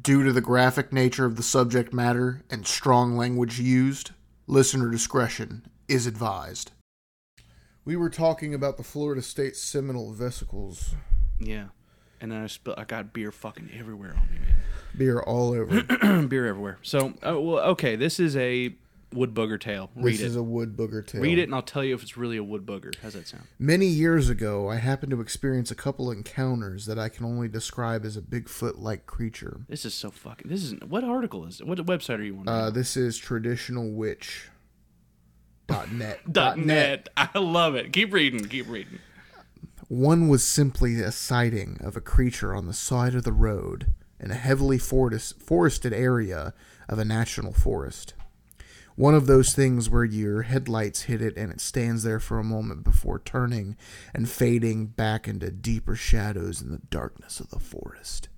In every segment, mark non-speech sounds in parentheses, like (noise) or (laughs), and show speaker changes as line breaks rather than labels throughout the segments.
Due to the graphic nature of the subject matter and strong language used, listener discretion is advised. We were talking about the Florida State seminal vesicles.
Yeah. And then I spilled. I got beer fucking everywhere on me, man. (clears throat)
Beer all over.
beer everywhere. So, oh, well, okay. This is a wood booger tale. (laughs) Read
this
it.
is a wood booger tale.
Read it, and I'll tell you if it's really a wood booger. How's that sound?
Many years ago, I happened to experience a couple encounters that I can only describe as a Bigfoot like creature.
This is so fucking. This isn't. What article is it? What website are you on?
Uh, this is traditional witch. Dot net.
(laughs) Dot net. I love it. Keep reading. Keep reading.
One was simply a sighting of a creature on the side of the road in a heavily forest- forested area of a national forest. One of those things where your headlights hit it and it stands there for a moment before turning and fading back into deeper shadows in the darkness of the forest.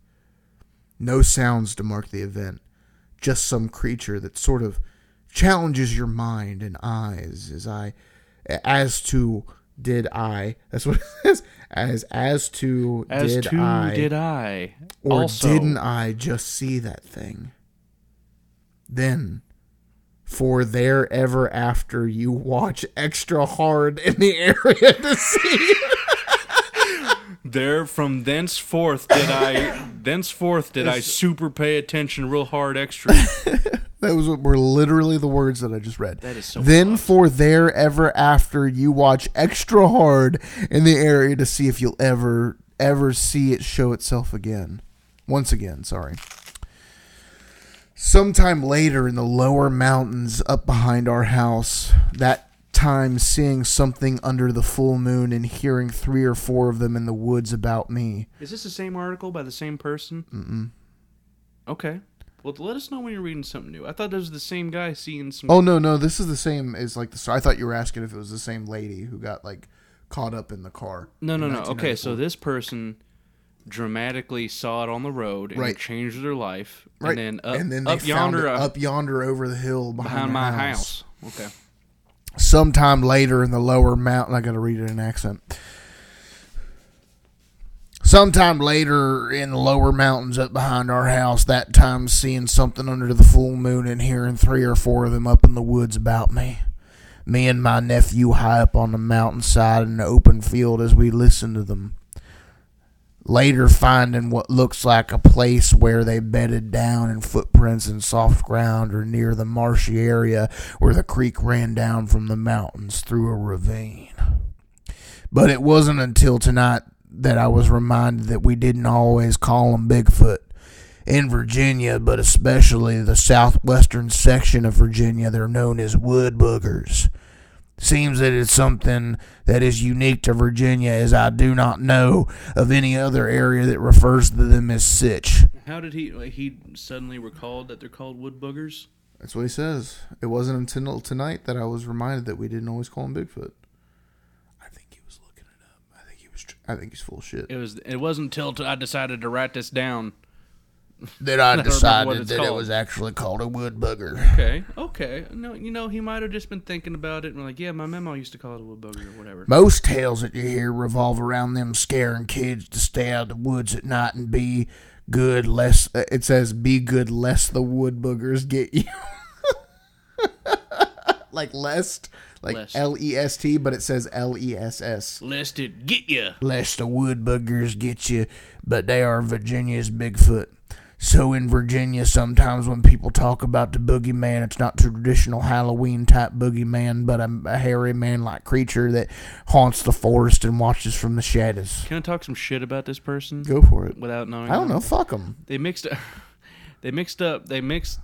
No sounds to mark the event, just some creature that sort of challenges your mind and eyes as I as to did I that's what it says as as to
As
did
to
I
did I.
or
also,
didn't I just see that thing? Then, for there ever after, you watch extra hard in the (laughs) area to see.
There from thenceforth did (laughs) I. thenceforth did I super pay attention real hard extra.
That was what were literally the words that I just read.
That is so
Then, for there ever after, you watch extra hard in the area to see if you'll ever ever see it show itself again. Once again, sorry. Sometime later in the lower mountains up behind our house, that time seeing something under the full moon and hearing three or four of them in the woods about me.
Is this the same article by the same person? Mm-mm. Okay. Well, let us know when you're reading something new. I thought this was the same guy seeing some.
Oh no, no, this is the same as like the. I thought you were asking if it was the same lady who got like caught up in the car.
no, no,
in
no. Okay, so this person dramatically saw it on the road and
Right.
it changed their life.
Right,
And then up,
they
up
found
yonder,
it
uh,
up yonder over the hill behind,
behind
their
my
house.
house. Okay.
sometime later in the lower mountain. I got to read it in accent. Sometime later in the lower mountains up behind our house, that time seeing something under the full moon and hearing three or four of them up in the woods about me. Me and my nephew high up on the mountainside in the open field as we listened to them. Later, finding what looks like a place where they bedded down in footprints in soft ground or near the marshy area where the creek ran down from the mountains through a ravine. But it wasn't until tonight that I was reminded that we didn't always call them Bigfoot. In Virginia, but especially the southwestern section of Virginia, they're known as wood boogers seems that it's something that is unique to Virginia, as I do not know of any other area that refers to them as such.
How did he. He suddenly recalled that they're called wood boogers?
That's what he says. It wasn't until tonight that I was reminded that we didn't always call him Bigfoot. I think he was looking it up. I think he was. Tr- I think he's full of shit.
It was. It wasn't until t- I decided to write this down.
Then I
don't remember what
decided
it's
that it
called.
was actually called a wood bugger.
Okay. Okay. No, you know, he might have just been thinking about it and like, yeah, my memo used to call it a wood booger or whatever.
Most tales that you hear revolve around them scaring kids to stay out of the woods at night and be good. Less uh, it says, be good, lest the wood boogers get you. (laughs) like lest, like
Lest.
L E S T, but it says L E S S.
Lest it get you.
Lest the wood boogers get you, but they are Virginia's Bigfoot. So in Virginia, sometimes when people talk about the boogeyman, it's not traditional Halloween type boogeyman, but a, a hairy man like creature that haunts the forest and watches from the shadows.
Can I talk some shit about this person
Go for it.
without knowing?
I don't
them?
know. Fuck them.
They mixed up. (laughs) They mixed up. They mixed.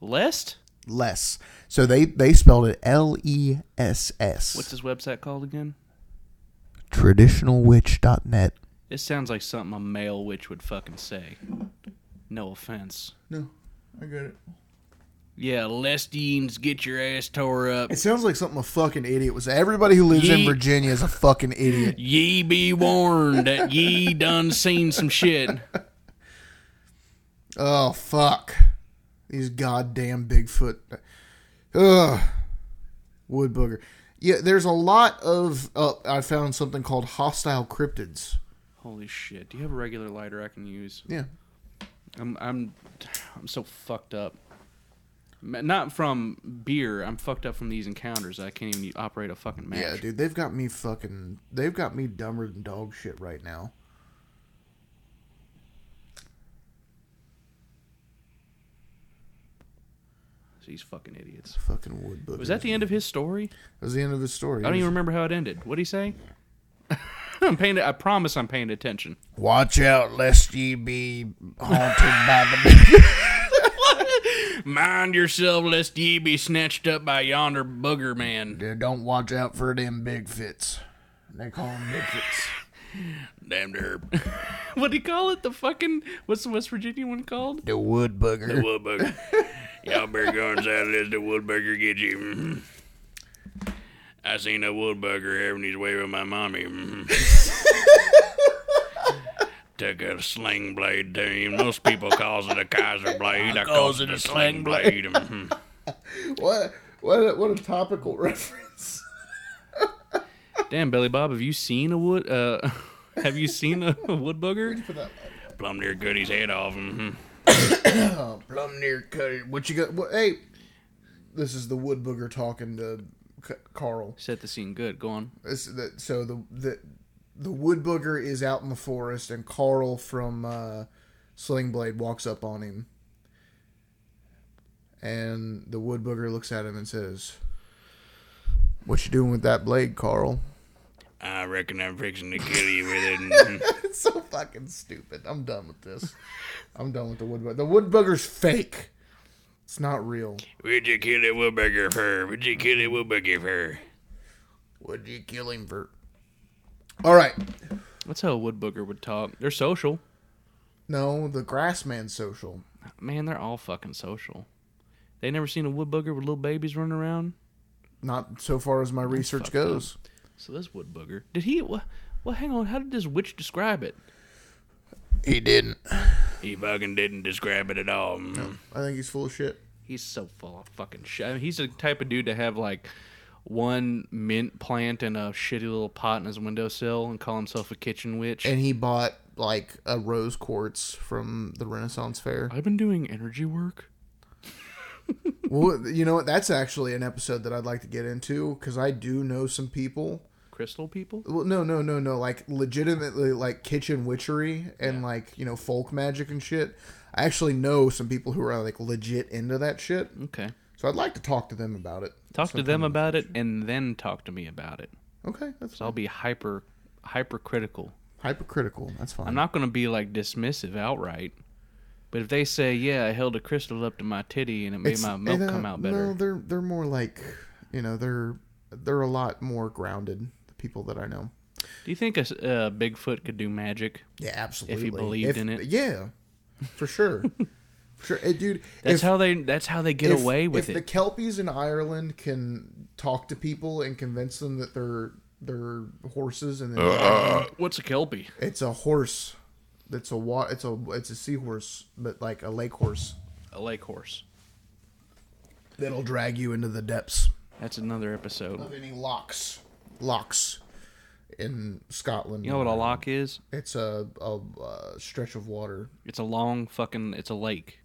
Lest.
Less. So they they spelled it L E S
What's
S.
this website called again?
Traditionalwitch.net.
This sounds like something a male witch would fucking say. No offense.
No, I got it.
Yeah, lest yeans get your ass tore up.
It sounds like something a fucking idiot was. Everybody who lives in
Yeet.
Virginia is a fucking idiot.
Ye be warned that
(laughs)
ye done seen some shit.
Oh fuck. These goddamn Bigfoot Ugh. Wood booger. Yeah, there's a lot of oh, I found something called hostile cryptids.
Holy shit! Do you have a regular lighter I can use?
Yeah.
I'm I'm I'm so fucked up. Ma- Not from beer. I'm fucked up from these encounters. I can't even operate a fucking match.
Yeah, dude, they've got me fucking. They've got me dumber than dog shit right now.
These fucking idiots.
Fucking wood book.
Was that the end of his story?
That was the end of his story.
I don't even remember how it ended. What'd he say? (laughs) I'm paying. I promise I'm paying attention.
Watch out, lest ye be haunted by the.
Mind yourself, lest ye be snatched up by yonder booger man.
(laughs) Dude, don't watch out for them big fits. They call them big fits.
Damn derp. (laughs) What'd he call it? The fucking what's the West Virginia one called?
The wood booger.
Woodbugger. Y'all better go inside and let the woodbugger get you. Mhm. I seen a woodbugger having his way with my mommy. Mhm. Took a sling blade to him. Most people calls it a Kaiser blade. I, calls it a sling blade. Mhm.
What? What? A, what a topical (laughs) reference.
Damn, Billy Bob, have you seen a wood? Uh, (laughs) have you seen a woodbugger? Plumb near cut his head off. Mhm.
Plum near cut. What you got? What, hey, this is the wood booger talking to C- Carl.
Set the scene. Good. Go on.
This, the, so the the the wood booger is out in the forest, and Carl from uh, Sling Blade walks up on him, and the wood booger looks at him and says, "What you doing with that blade, Carl?"
I reckon I'm fixing to kill you
(laughs)
with it. Mhm.
It's so fucking stupid. I'm done with this. I'm done with the wood booger. The wood booger's fake. It's not real.
Would you kill a woodpecker fur? Would you kill a woodpecker fur?
Would you kill him for? All right.
That's how a woodbooger would talk. They're social.
No, the Grassman social.
Man, they're all fucking social. They never seen a woodbooger with little babies running around.
Not so far as my research
fucked
goes.
So this woodbooger, did he? What? Well, hang on. How did this witch describe it?
He didn't.
He fucking didn't describe it at all.
I think he's full of shit.
He's so full of fucking shit. I mean, he's the type of dude to have like one mint plant and a shitty little pot in his windowsill and call himself a kitchen witch.
And he bought like a rose quartz from the Renaissance fair.
I've been doing energy work.
well, you know what? That's actually an episode that I'd like to get into because I do know some people.
Crystal people.
Well, no, no, no, no. Like legitimately, like kitchen witchery and like you know folk magic and shit. I actually know some people who are like legit into that shit.
Okay.
So I'd like to talk to them about it.
Talk to them about it, and then talk to me about it.
Okay, that's
So I'll be hyper, hypercritical.
hypercritical. That's fine.
I'm not going to be like dismissive outright. But if they say, "Yeah, I held a crystal up to my titty and it made
It's-
my milk
eh,
come out better,"
No, they're they're more like you know they're they're a lot more grounded. The people that I know.
do you think a s- uh, Bigfoot could do magic?
Yeah, absolutely.
believed in it.
yeah, for
(laughs)
sure, for sure, Eh, dude.
That's
if-
how they. That's how they get
if-
away
if
with it.
the Kelpies in Ireland can talk to people and convince them that they're they're horses, and then
(clears throat) What's a kelpie?
it's a horse. It's a wa- It's a it's a seahorse, but like a lake horse
A lake horse.
that'll drag you into the depths.
That's another episode.
of any locks. Locks in Scotland.
You know what a lock is?
It's a, a, uh stretch of water.
It's a long fucking. It's a lake.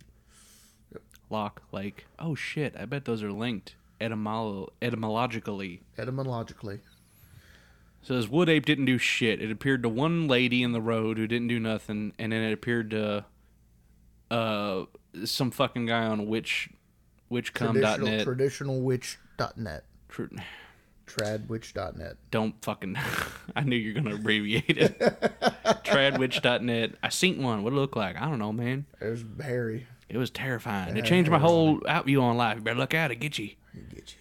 Lock lake. Oh shit! I bet those are linked etymolo- etymologically.
Etymologically.
So this wood ape didn't do shit. It appeared to one lady in the road who didn't do nothing, and then it appeared to uh some fucking guy on witch Um,
Traditional,
witchcom.net.
traditionalwitch.net.
Tr-
Tradwitch.net.
Don't fucking. (laughs) I knew you're gonna abbreviate it. Tradwitch.net. I seen one. What it look like? I don't know, man.
There's Harry.
It was terrifying. It changed my whole outview on life. You better look out. It get you.
Get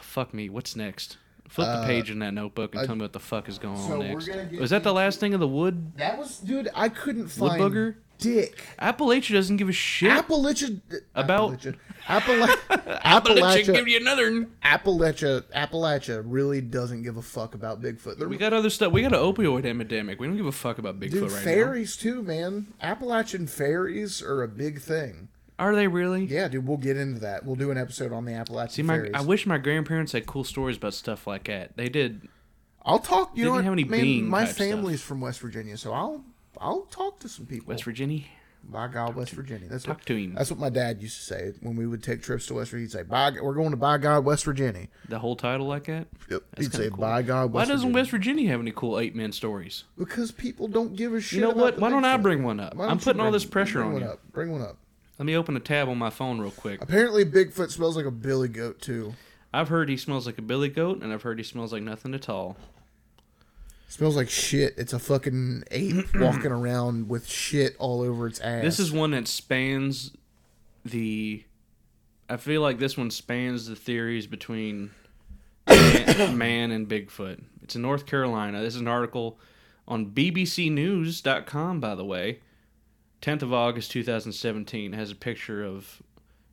Fuck me. What's next? Flip the page in that notebook and tell me what the fuck is going
so
on
we're
next.
gonna get
Was that the last thing of the wood?
That was, dude, I couldn't find.
booger?
Dick.
Appalachia doesn't give a shit.
Appalachia.
About-
Appalachia.
(laughs)
Appala- Appalachia.
you another.
Appalachia. Appalachia really doesn't give a fuck about Bigfoot. They're
We got other stuff. We got an opioid epidemic. We don't give a fuck about Bigfoot
Dude,
right
fairies too, man. Appalachian fairies are a big thing.
now. Are they really?
Yeah, dude, we'll get into that. We'll do an episode on the Appalachian
See, my,
fairies.
I wish my grandparents had cool stories about stuff like that. They did.
I'll talk. You
They
know
didn't
what?
have any
man,
being
my
type
family's from West Virginia, so I'll I'll talk to some people.
West Virginia.
By God, West Virginia. That's
Talk
what,
to him
that's what my dad used to say when we would take trips to West Virginia. He'd say, "By God, we're going to by God, West Virginia."
the whole title like that.
Yep.
That's
He'd
kinda
say,
cool.
"By God, West
Why doesn't
Virginia."
West Virginia have any cool ape men stories?
Because people don't give a shit.
You know
about
what?
the
Why don't I
Bigfoot.
bring one up?
Why
I'm
don't you
putting all
bring-
this pressure
bring
on
one
you.
Up. Bring one up.
Let me open a tab on my phone real quick.
Apparently, Bigfoot smells like a billy goat too.
I've heard he smells like a billy goat, and I've heard he smells like nothing at all.
Smells like shit. It's a fucking
(clears throat)
ape walking around with shit all over its ass.
This is one that spans the. I feel like this one spans the theories between man, (coughs) man and Bigfoot. It's in North Carolina. This is an article on BBCNews.com, by the way. 10th of August 2017 has a picture of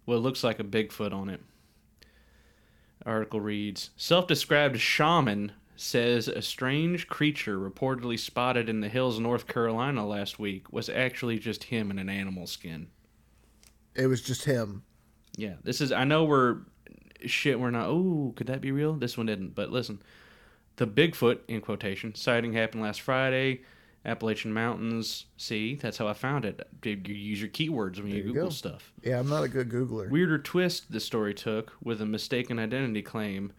what looks like a Bigfoot on it. Article reads Self described shaman says a strange creature reportedly spotted in the hills of North Carolina last week was actually just him in an animal skin.
it was just him.
Yeah, this is. I know we're shit. We're not. Oh, could that be real? This one didn't. But listen, the Bigfoot in quotation sighting happened last Friday, Appalachian Mountains. See, that's how I found it. Did you use your keywords when you,
you
Google
go.
stuff?
Yeah, I'm not a good Googler.
Weirder twist the story took with a mistaken identity claim.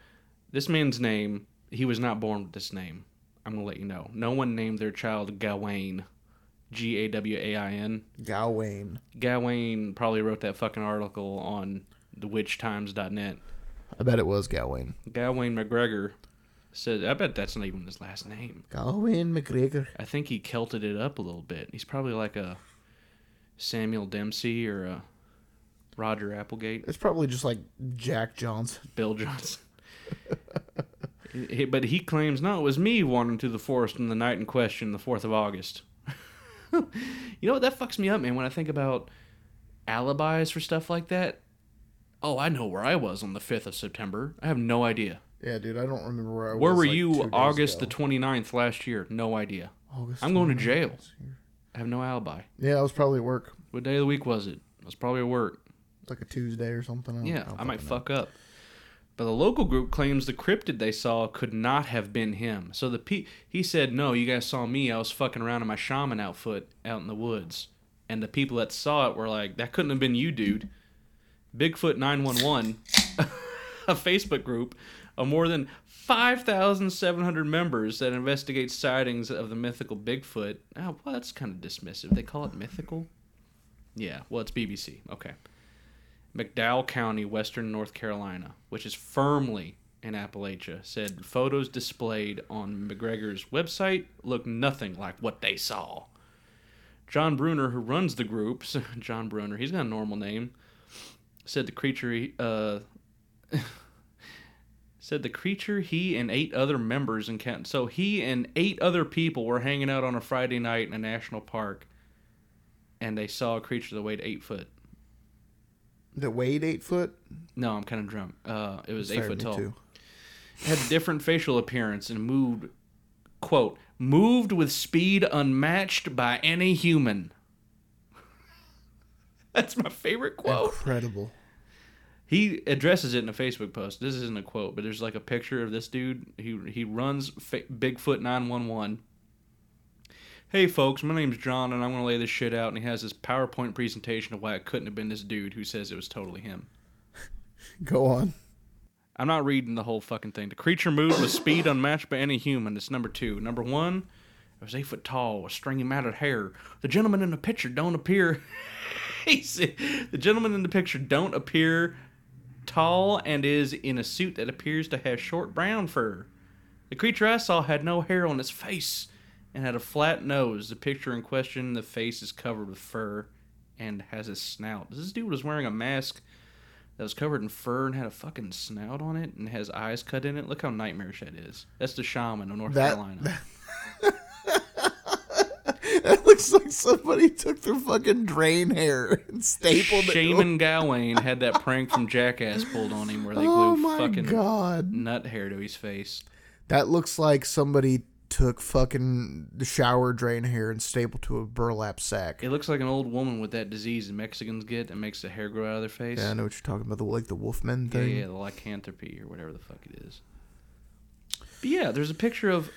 This man's name. He was not born with this name. I'm gonna let you know. No one named their child Gawain. G A W A I N.
Gawain.
Gawain probably wrote that fucking article on thewitchtimes.net.
I bet it was Gawain.
Gawain McGregor said, I bet that's not even his last name.
Gawain McGregor.
I think he Celted it up a little bit. He's probably like a Samuel Dempsey or a Roger Applegate,
It's probably just like Jack Johnson.
Bill Johnson. (laughs) He- but he claims, no, it was me wandering through the forest on the night in question, the 4th of August. (laughs) you know what? That fucks me up, man, when I think about alibis for stuff like that. Oh, I know where I was on the 5th of September. I have no idea.
Yeah, dude, I don't remember where I was.
Where were
like, two
you
days
August
ago.
the 29th last year? No idea.
August
I'm going to
29th.
jail. I have no alibi.
Yeah, I was probably at work.
What day of the week was it? It was probably at work.
It's like a Tuesday or something. Mm, I don't-
Yeah,
don't
I might
fucking know.
fuck up. But the local group claims the cryptid they saw could not have been him. So the pe- he said, "No, you guys saw me. I was fucking around in my shaman outfit out in the woods." And the people that saw it were like, "That couldn't have been you, dude." Bigfoot 911, (laughs) a Facebook group of more than 5,700 members that investigates sightings of the mythical Bigfoot. Oh, well, that's kind of dismissive. They call it mythical? Yeah, well, it's BBC. Okay. McDowell County, Western North Carolina, which is firmly in Appalachia, said photos displayed on McGregor's website look nothing like what they saw. John Bruner, who runs the group, (laughs) John Bruner, he's got a normal name, said the creature he- uh, (laughs) said the creature he and eight other members encountered. So he and eight other people were hanging out on a Friday night in a national park, and they saw a creature that weighed eight foot.
That weighed eight foot.
No, I'm kind of drunk. Uh, it was eight
Sorry,
foot
me
tall.
too.
Had different facial appearance and moved, quote, moved with speed unmatched by any human. (laughs) That's my favorite quote.
Incredible.
He addresses it in a Facebook post. This isn't a quote, but there's like a picture of this dude. He he runs fa- Bigfoot 911. Hey folks, my name's John, and I'm gonna lay this shit out. And he has this PowerPoint presentation of why it couldn't have been this dude who says it was totally him.
Go on. (laughs)
I'm not reading the whole fucking thing. The creature moved with speed unmatched by any human. It's number two. Number one, it was eight foot tall with stringy matted hair. The gentleman in the picture don't appear. (laughs) he said, the gentleman in the picture don't appear tall and is in a suit that appears to have short brown fur. The creature I saw had no hair on its face and had a flat nose. The picture in question, the face is covered with fur and has a snout. This dude was wearing a mask that was covered in fur and had a fucking snout on it and has eyes cut in it. Look how nightmarish that is. That's the shaman of North
That-
Carolina.
That looks like somebody took their fucking drain hair and stapled it.
Shaman Gawain had that prank from Jackass pulled on him where they
Oh
glued
my
fucking
god.
nut hair to his face.
That looks like somebody took fucking the shower drain hair and stapled to a burlap sack.
It looks like an old woman with that disease that Mexicans get that makes the hair grow out of their face.
Yeah, I know what you're talking about. The like the Wolfman
yeah,
thing.
yeah, the lycanthropy or whatever the fuck it is. But yeah, there's a picture of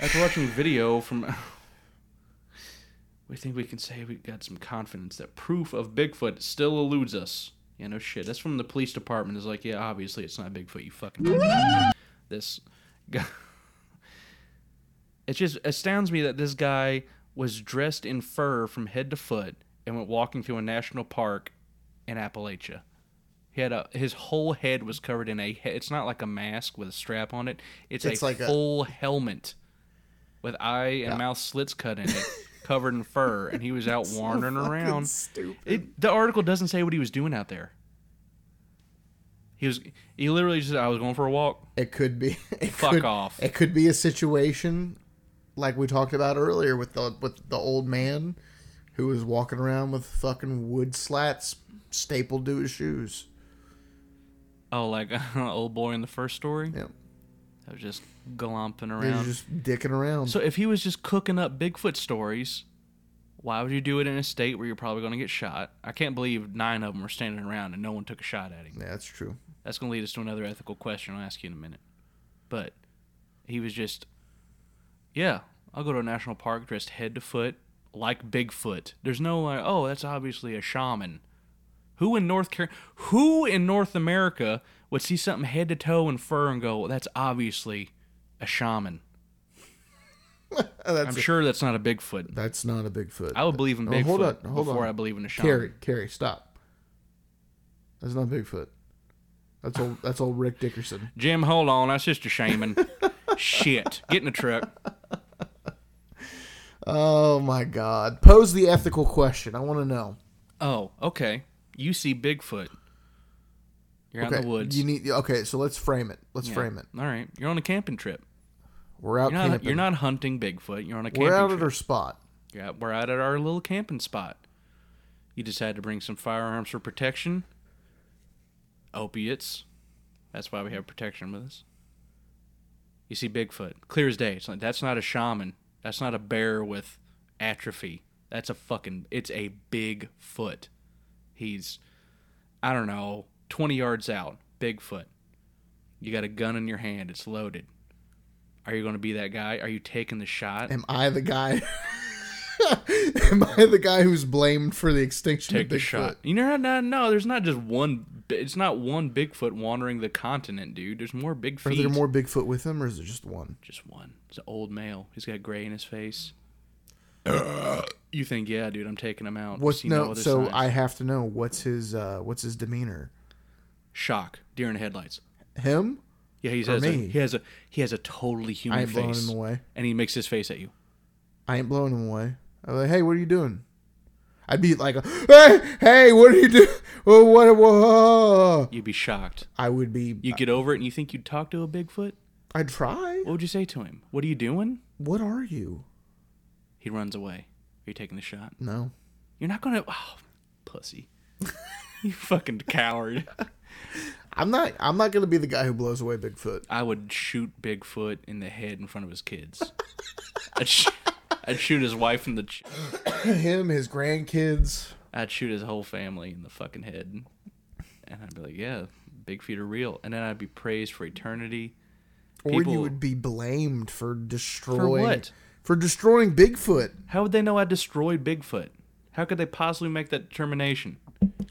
after watching a video from (sighs) we think we can say we've got some confidence that proof of Bigfoot still eludes us. Yeah, no shit. That's from the police department. Is like, yeah, obviously it's not Bigfoot. You fucking this guy. It just astounds me that this guy was dressed in fur from head to foot and went walking through a national park in Appalachia. He had a his whole head was covered in a. he- It's not like a mask with a strap on it. It's,
It's
a
like a-
full helmet with eye and mouth slits cut in
(laughs)
it, covered in fur, and he was out wandering around.
Stupid.
It, the article doesn't say what he was doing out there. He was he literally just said, I was going for a walk.
It could be. (laughs) It
Fuck
could-
off.
It could be a situation like we talked about earlier with the with the old man who was walking around with fucking wood slats stapled to his shoes.
Oh, like (laughs) old boy in the first story.
Yep.
I was just glomping
He was
around.
just dicking around.
So if he was just cooking up Bigfoot stories, why would you do it in a state where you're probably going to get shot? I can't believe nine of them were standing around and no one took a shot at him.
yeah, that's true.
That's going to lead us to another ethical question I'll ask you in a minute. But he was just, yeah, I'll go to a national park dressed head to foot like Bigfoot. There's no like, oh, that's obviously a shaman. Who in North Car- Who in North America would see something head to toe in fur and go, well, that's obviously a shaman?
(laughs) that's
I'm sure that's not a Bigfoot.
that's not a Bigfoot.
I would believe in
Oh,
Bigfoot
hold on, hold
before
on.
I believe in a shaman.
Carrie, Carrie, stop. That's not Bigfoot. That's old. That's old Rick Dickerson.
Jim, hold on, that's just a shaman. Shit, get in the truck.
(laughs) Oh my God! Pose the ethical question. I want to know.
Oh, okay. You see Bigfoot. You're out
Okay,
in the woods.
You need. Okay, so let's frame it. Let's
Yeah.
frame it.
All right, you're on a camping trip.
We're out
You're not,
camping.
you're not hunting Bigfoot. You're on a camping
We're out
trip.
at our spot.
Yeah, we're out at our little camping spot. You decide to bring some firearms for protection. Opiates. That's why we have protection with us. You see Bigfoot, clear as day. It's like that's not a shaman. That's not a bear with atrophy. That's a fucking it's a big foot. He's I don't know, 20 yards out, Bigfoot. You got a gun in your hand. It's loaded. Are you going to be that guy? Are you taking the shot?
Am I the guy? (laughs) Am I the guy who's blamed for the extinction
take
of
the
Bigfoot?
shot. You know, no, no, there's not just one. bi- It's not one Bigfoot wandering the continent, dude. There's more big
Are
feet.
there more Bigfoot with him, or is it just one?
Just one. It's an old male. He's got gray in his face. you think, yeah, dude, I'm taking him out.
What's
See
no?
other
so
signs.
I have to know what's his uh, what's his demeanor.
shock deer in the headlights.
Him?
Yeah, he
Or
has a,
me.
he has a he has a totally human
I ain't blowing
face,
him away.
and he makes his face at you.
I ain't blowing him away. I'm like, hey, what are you doing? I'd be like, hey, hey, what are you doing? (laughs) Oh, what? Whoa.
You'd be shocked.
I would be.
You get over it, and you think you'd talk to a Bigfoot.
I'd try.
What would you say to him? What are you doing?
What are you?
He runs away. Are you taking the shot?
No.
You're not gonna, oh, pussy. you fucking coward.
I'm not. I'm not gonna be the guy who blows away Bigfoot.
I would shoot Bigfoot in the head in front of his kids. I'd, sh- I'd shoot his wife in the. Ch-
(laughs) Him, his grandkids.
I'd shoot his whole family in the fucking head, and I'd be like, "Yeah, big feet are real," and then I'd be praised for eternity.
Or you
People-
would be blamed for destroying
what?
for destroying Bigfoot.
How would they know I destroyed Bigfoot? How could they possibly make that determination?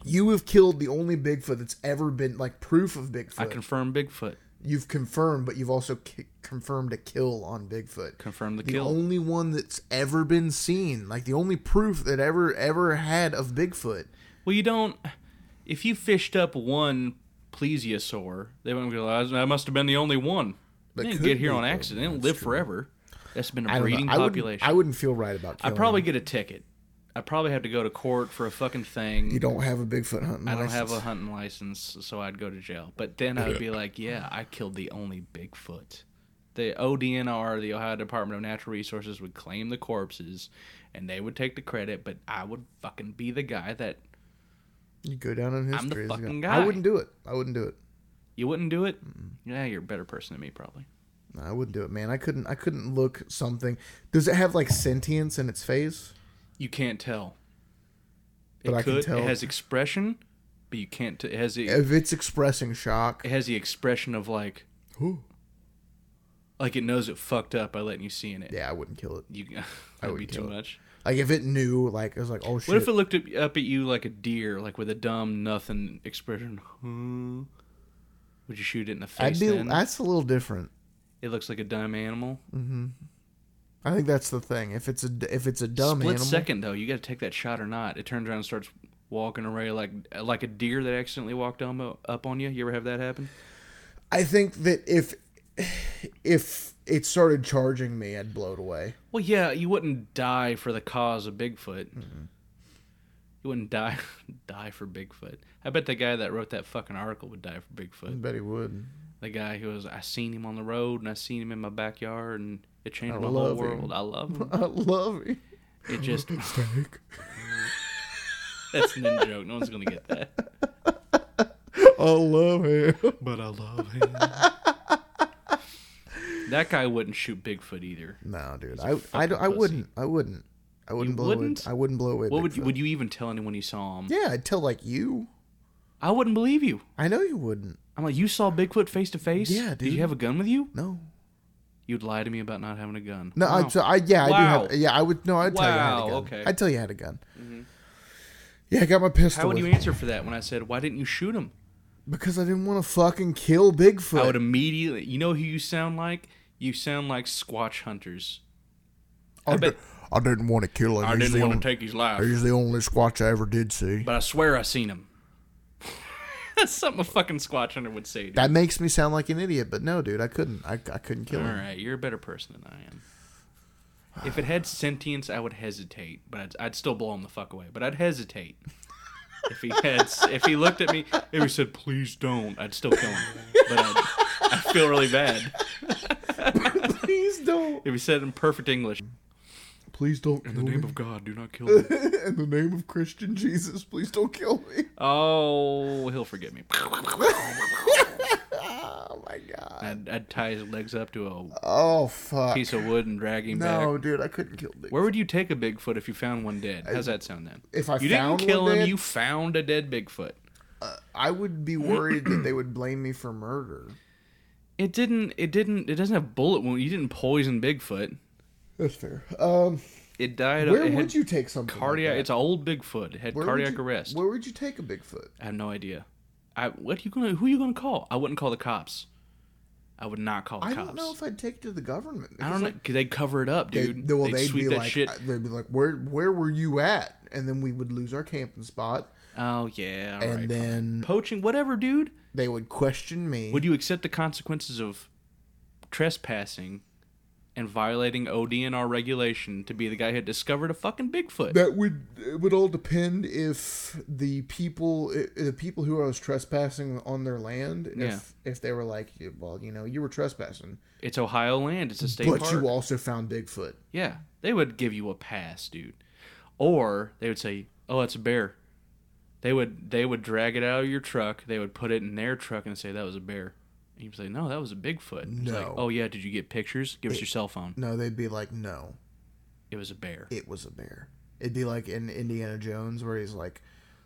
You have killed the only Bigfoot that's ever been like proof of Bigfoot.
I confirm Bigfoot.
you've confirmed, but you've also ki- confirmed a kill on Bigfoot.
Confirm the
the
kill.
only one that's ever been seen, like the only proof that ever ever had of Bigfoot.
Well, you don't. If you fished up one plesiosaur, they wouldn't realize that must have been the only one.
That
they didn't
could
get here
be,
on
though.
accident. They don't live forever. That's been a
don't know.
breeding
I wouldn't-
population.
I wouldn't feel right about.
I
Killing.
probably get a ticket. I probably have to go to court for a fucking thing.
you don't have a Bigfoot hunting.
I don't have a hunting license, so I'd go to jail. But then I would be like, yeah, I killed the only Bigfoot. The ODNR, the Ohio Department of Natural Resources, would claim the corpses, and they would take the credit. But I would fucking be the guy that
You go down in
I'm the
history. as a
fucking
I
guy.
wouldn't do it. I wouldn't do it.
you wouldn't do it. Yeah, you're a better person than me, probably.
No, I wouldn't do it, man. I couldn't. I couldn't look something. Does it have like sentience in its face?
You can't tell.
But
it
I can
could.
tell.
It has expression, but you can't. T- it has the,
If it's expressing shock,
it has the expression of like
Ooh.
like it knows it fucked up by letting you see in it.
yeah, I wouldn't kill it.
(laughs) You that'd be
would
too
kill it.
much.
Like if it knew, like it was like, oh shit.
What if it looked at, up at you like a deer, like with a dumb nothing expression? Huh? Would you shoot it in the face?
I'd be.
then?
That's a little different.
it looks like a dumb animal.
I think that's the thing. If it's a d- if it's a dumb
Split
animal,
second though, you got to take that shot or not. It turns around and starts walking away like like a deer that accidentally walked on, up on you. You ever have that happen?
I think that if if it started charging me, I'd blow it away.
Well, yeah, you wouldn't die for the cause of Bigfoot. You wouldn't die (laughs) die for Bigfoot. I bet the guy that wrote that fucking article would die for
I
Bigfoot.
bet he would.
The guy who was, I seen him on the road and I seen him in my backyard and it changed
I
my whole
love him.
world. I love him.
(laughs) I love you. (laughs)
It just
Steak.
that's an in joke. No one's gonna get that.
I love him.
But I love him. that guy wouldn't shoot Bigfoot either.
No, dude,
a
I I,
fucking
I
pussy.
wouldn't. I wouldn't. I wouldn't blow
wouldn't?
it. I wouldn't blow away.
What would you,
Bigfoot.
would you even tell anyone you saw him?
Yeah, I'd tell like you.
I wouldn't believe you.
I know you wouldn't.
I'm like, you saw Bigfoot face to face.
Yeah,
Did
dude.
you have a gun with you?
No.
You'd lie to me about not having a gun.
No,
Wow.
I'd, so I yeah, I
Oh. Wow.
do have yeah, I would no, I'd tell you I had a
Wow,
gun.
okay. Mm-hmm.
I'd tell you I had a gun. Yeah, I got my pistol
How would
with
you
me.
answer for that when I said, "Why didn't you shoot him?"
because I didn't want to fucking kill Bigfoot.
I would immediately. You know who you sound like? You sound like Squatch hunters.
I,
bet-
di- I didn't want to kill him.
I
He's
didn't
the
want
only-
to take his life,
He's the only Squatch I ever did see.
but I swear I seen him. (laughs) That's something a fucking Squatch hunter would say. dude.
That makes me sound like an idiot, but no, dude, I couldn't. I, I couldn't kill
All
him.
right, you're a better person than I am. If it had sentience, I would hesitate, but I'd, I'd still blow him the fuck away. But I'd hesitate if he had. if he looked at me, if he said, "Please don't," I'd still kill him. But I'd, I'd feel really bad
(laughs) Please don't.
if he said it in perfect English.
Please don't kill me.
of God, do not kill
(laughs)
me.
in the name of Christian Jesus, please don't kill me. (laughs)
Oh, he'll forgive me.
Oh my god.
I'd, I'd tie his legs up to a
Oh fuck.
piece of wood and drag him
no,
back.
dude, I couldn't kill Bigfoot.
Where would you take a Bigfoot if you found one dead? How's that sound then?
If I
you
found
didn't kill
one
him,
dead?
you found a dead Bigfoot.
I would
(clears throat)
be worried that they would blame me for murder.
It didn't. It didn't. It doesn't have bullet wound. You didn't poison Bigfoot.
That's fair. Um,
It died.
where
it had
would you take something?
Cardiac.
Like
It's an old Bigfoot. It had
that? Where would
cardiac
you-
arrest.
Where would you take a Bigfoot?
I have no idea. I. What you gonna? Who you gonna call? I wouldn't call the cops. I would not call the
I
cops.
don't know if I'd take it to the government.
I don't know.
because,
Cause they cover it up,
like,
dude.
They, well,
They'd
they'd
sweep
be
that
like,
shit.
they'd be like, where where were you at? And then we would lose our camping spot,
oh yeah. all right.
and then
poaching, whatever, dude.
they would question me.
Would you accept the consequences of trespassing and violating ODNR regulation to be the guy who had discovered a fucking Bigfoot?
that would it would all depend if the people i- the people who I was trespassing on their land if
Yeah.
if they were like "Yeah, well you know you were trespassing
It's Ohio land. It's a state
but
park.
you also found Bigfoot
Yeah, they would give you a pass, dude. Or they would say, "Oh, it's a bear." They would they would drag it out of your truck. They would put it in their truck and say that was a bear. And you'd say, "No, that was a Bigfoot." And it's like,
No.
oh yeah, did you get pictures? Give us your cell phone.
no they'd be like no
It was a bear.
it was a bear it'd be like in Indiana Jones where he's like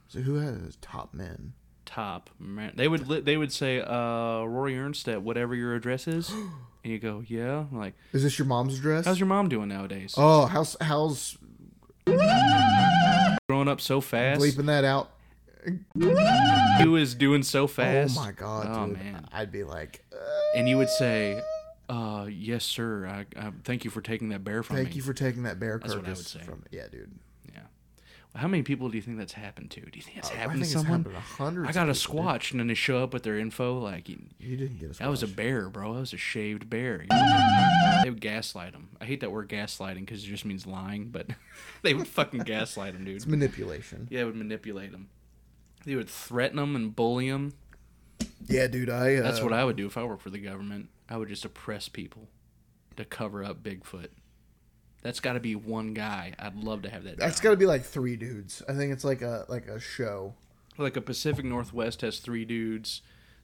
so who has top men
Top man. They would li- they would say, "Uh, Rory Ernstedt, whatever your address
(gasps)
is," and you go, "Yeah." I'm like,
is this your mom's address
how's your mom doing nowadays?
oh how's how's
Growing up so fast.
bleeping that out
You is doing so
oh
fast.
my god
Oh,
dude
man.
I'd be like uh,
and you would say, uh, "Yes, sir. I, I thank you for taking that bear from
thank
me."
you for taking that bear
That's what I would
carcass
say.
from yeah dude
Yeah. Well, how many people do you think that's happened to? Do you think it's
Oh, I
happened
think
to
it's
someone?
happened to hundreds
I got a
of people, dude.
squatch, and then they show up with their info like,
You didn't get a
"That was a
squash.
bear, bro. That was a shaved bear." They would gaslight them. I hate that word gaslighting because it just means lying, but (laughs) they would fucking gaslight them, dude.
manipulation.
Yeah, they would manipulate them. They would threaten them and bully them.
Yeah, dude. I. Uh,
That's what I would do if I worked for the government. I would just oppress people to cover up Bigfoot. That's got to be one guy. I'd love to have that.
That's
job.
got to be like three dudes. I think it's like a like a show.
like a Pacific Northwest has three dudes.